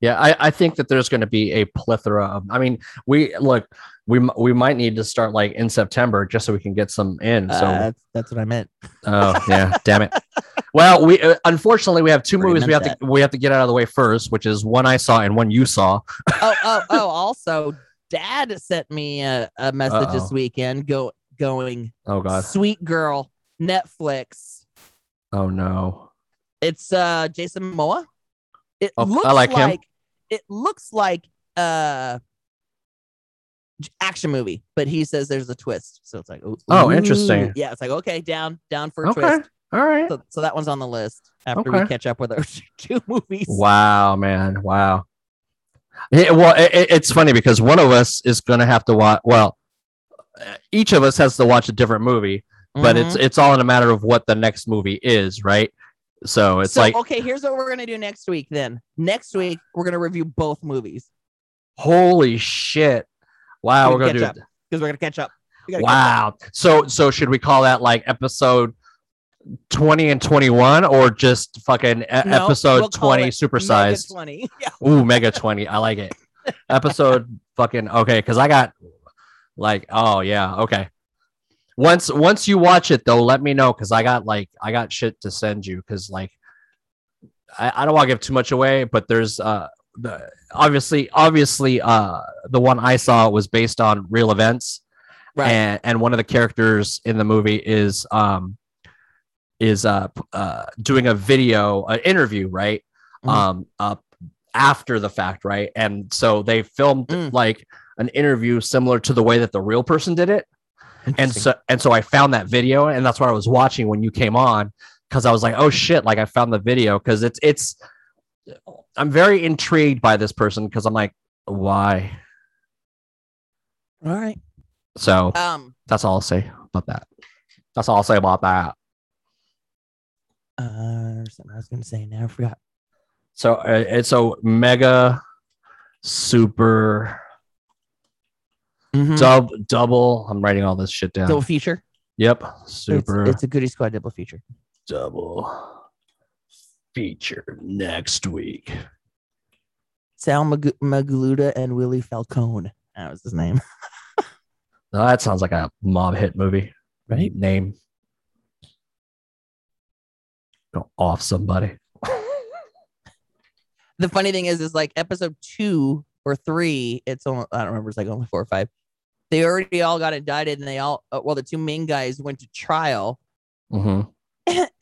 Yeah, I, I think that there's going to be a plethora of. I mean, we look, we m- we might need to start like in September just so we can get some in. So, Uh, that's, that's what I meant. oh yeah, damn it. Well, we uh, unfortunately we have two Already movies we have meant to we have to get out of the way first, which is one I saw and one you saw. oh, oh, oh, also, dad sent me a, a message this Uh-oh. weekend go, going, Oh god. sweet girl, Netflix. Oh no. It's uh Jason Momoa. It Oh, I looks like him. it looks like uh j- action movie, but he says there's a twist. So it's like, oh, Oh, ooh. interesting. Yeah, it's like okay, down, down for a Okay. twist. All right. So, so that one's on the list after we Okay. catch up with our two movies. Wow, man. Wow. Yeah, well, it, it- it's funny because one of us is going to have to watch. Well, uh, each of us has to watch a different movie, but it's Mhm. it's all in a matter of what the next movie is, right? So it's so like, okay. Here's what we're gonna do next week. Then next week we're gonna review both movies. holy shit! Wow, We we're gonna catch do up. because we're gonna catch up. We gotta catch up. Wow. So so should we call that like episode twenty and twenty one, or just fucking e- No, episode we'll call twenty it Mega supersized? twenty. Yeah. Ooh, Mega 20. I like it. Episode fucking okay, because I got like, oh yeah, okay. Once once you watch it though, let me know because I got like I got shit to send you because like I, I don't want to give too much away, but there's uh the obviously obviously uh the one I saw was based on real events Right. and and one of the characters in the movie is um is uh, p- uh doing a video an interview right Mhm. um uh, after the fact right and so they filmed Mm. like an interview similar to the way that the real person did it and Interesting. so and so I found that video and that's what I was watching when you came on because I was like oh shit like I found the video because it's it's I'm very intrigued by this person because I'm like why all right. so Um. that's all I'll say about that. That's all I'll say about that. Uh, there's something I was gonna say now I forgot. So uh, it's so mega, super, So, dub, double. I'm writing all this shit down. double feature. yep, It's- super It's, a Goody Squad double feature. double feature next week. Sal Mag- Magluta and Willie Falcone. That was his name. Now that sounds like a mob hit movie, Right. Name. Go off somebody. The funny thing is, is like episode two or three. It's only I don't remember. It's like only four or five. They already all got indicted, and they all uh, well, the two main guys went to trial, hmm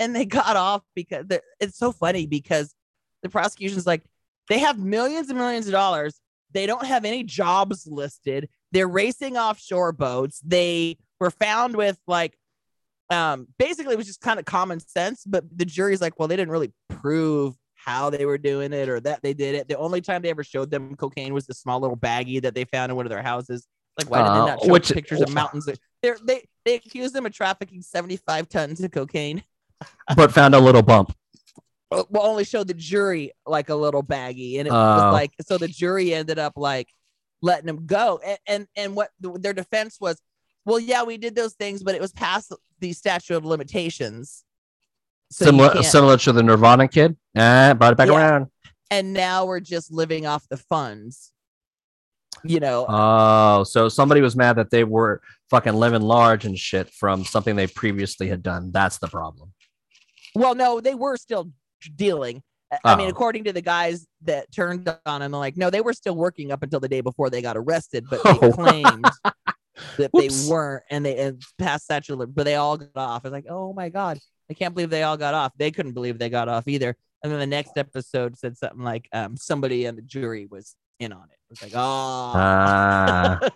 and they got off because the- it's so funny because the prosecution's like they have millions and millions of dollars they don't have any jobs listed they're racing offshore boats they were found with like um basically it was just kind of common sense but the jury's like well they didn't really prove how they were doing it or that they did it the only time they ever showed them cocaine was the small little baggie that they found in one of their houses like why did Uh, they not show which- pictures of mountains they're, they they accused them of trafficking 75 tons of cocaine But found a little bump. well, uh, well, only showed the jury like a little baggy, and it Oh. was like so the jury ended up like letting him go, and and, and what th- their defense was, well, yeah, we did those things, but it was past the statute of limitations. So you similar, can't- similar to the Nirvana kid. Eh, brought it back Yeah. around. and now we're just living off the funds. You know, Oh, so somebody was mad that they were fucking living large and shit from something they previously had done. That's the problem. Well, no, they were still dealing. I- I mean, Oh. according to the guys that turned on him, like, no, they were still working up until the day before they got arrested, but Oh. they claimed that Whoops. they weren't and they and passed statute of lib- but they all got off. It's like, oh my God, I can't believe they all got off. They couldn't believe they got off either. And then the next episode said something like um, somebody on the jury was in on it. It was like, oh Ah,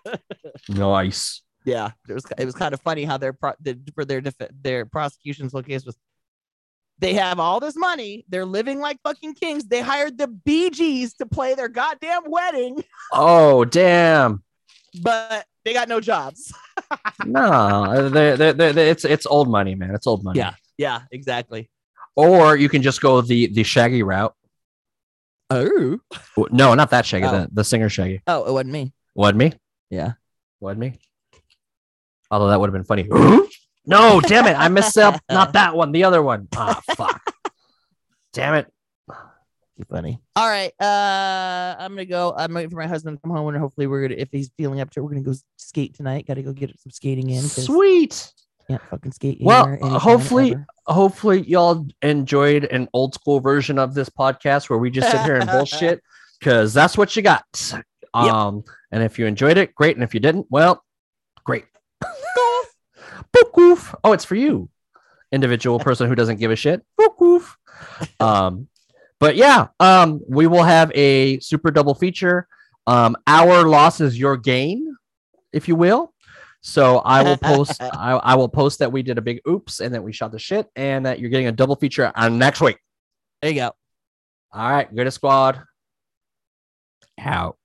nice. yeah, it was it was kind of funny how their pro, the, for their def, their prosecution's whole case was they have all this money, they're living like fucking kings. They hired the Bee Gees to play their goddamn wedding, Oh, damn. but they got no jobs. No, they're, they're, they're, it's it's old money, man. It's old money. Yeah. Yeah, exactly. Or you can just go the the Shaggy route. Oh, No, not that Shaggy. Oh. The, the singer Shaggy. oh, it wasn't me. Wad me. Yeah. Wad me. Although that would have been funny. no, damn it. I messed up. Not that one. The other one. Ah, fuck. damn it. Too funny. All right, uh, I'm gonna go. I'm waiting for my husband to come home, and hopefully we're gonna, if he's feeling up to it, we're gonna go skate tonight. Got to go get some skating in. 'cause Sweet. Can't fucking skate. Well, uh, anywhere, anytime, hopefully- ever. Hopefully, y'all enjoyed an old school version of this podcast where we just sit here and bullshit because that's what you got. Um, and if you enjoyed it, great. And if you didn't, well, great. Book goof. Oh, it's for you, individual person who doesn't give a shit. Book goof. Um, but yeah, um, we will have a super double feature. Um, our loss is your gain, if you will. So I will post. I, I will post that we did a big oops and that we shot the shit and that you're getting a double feature on next week. there you go. All right, go to squad. Out.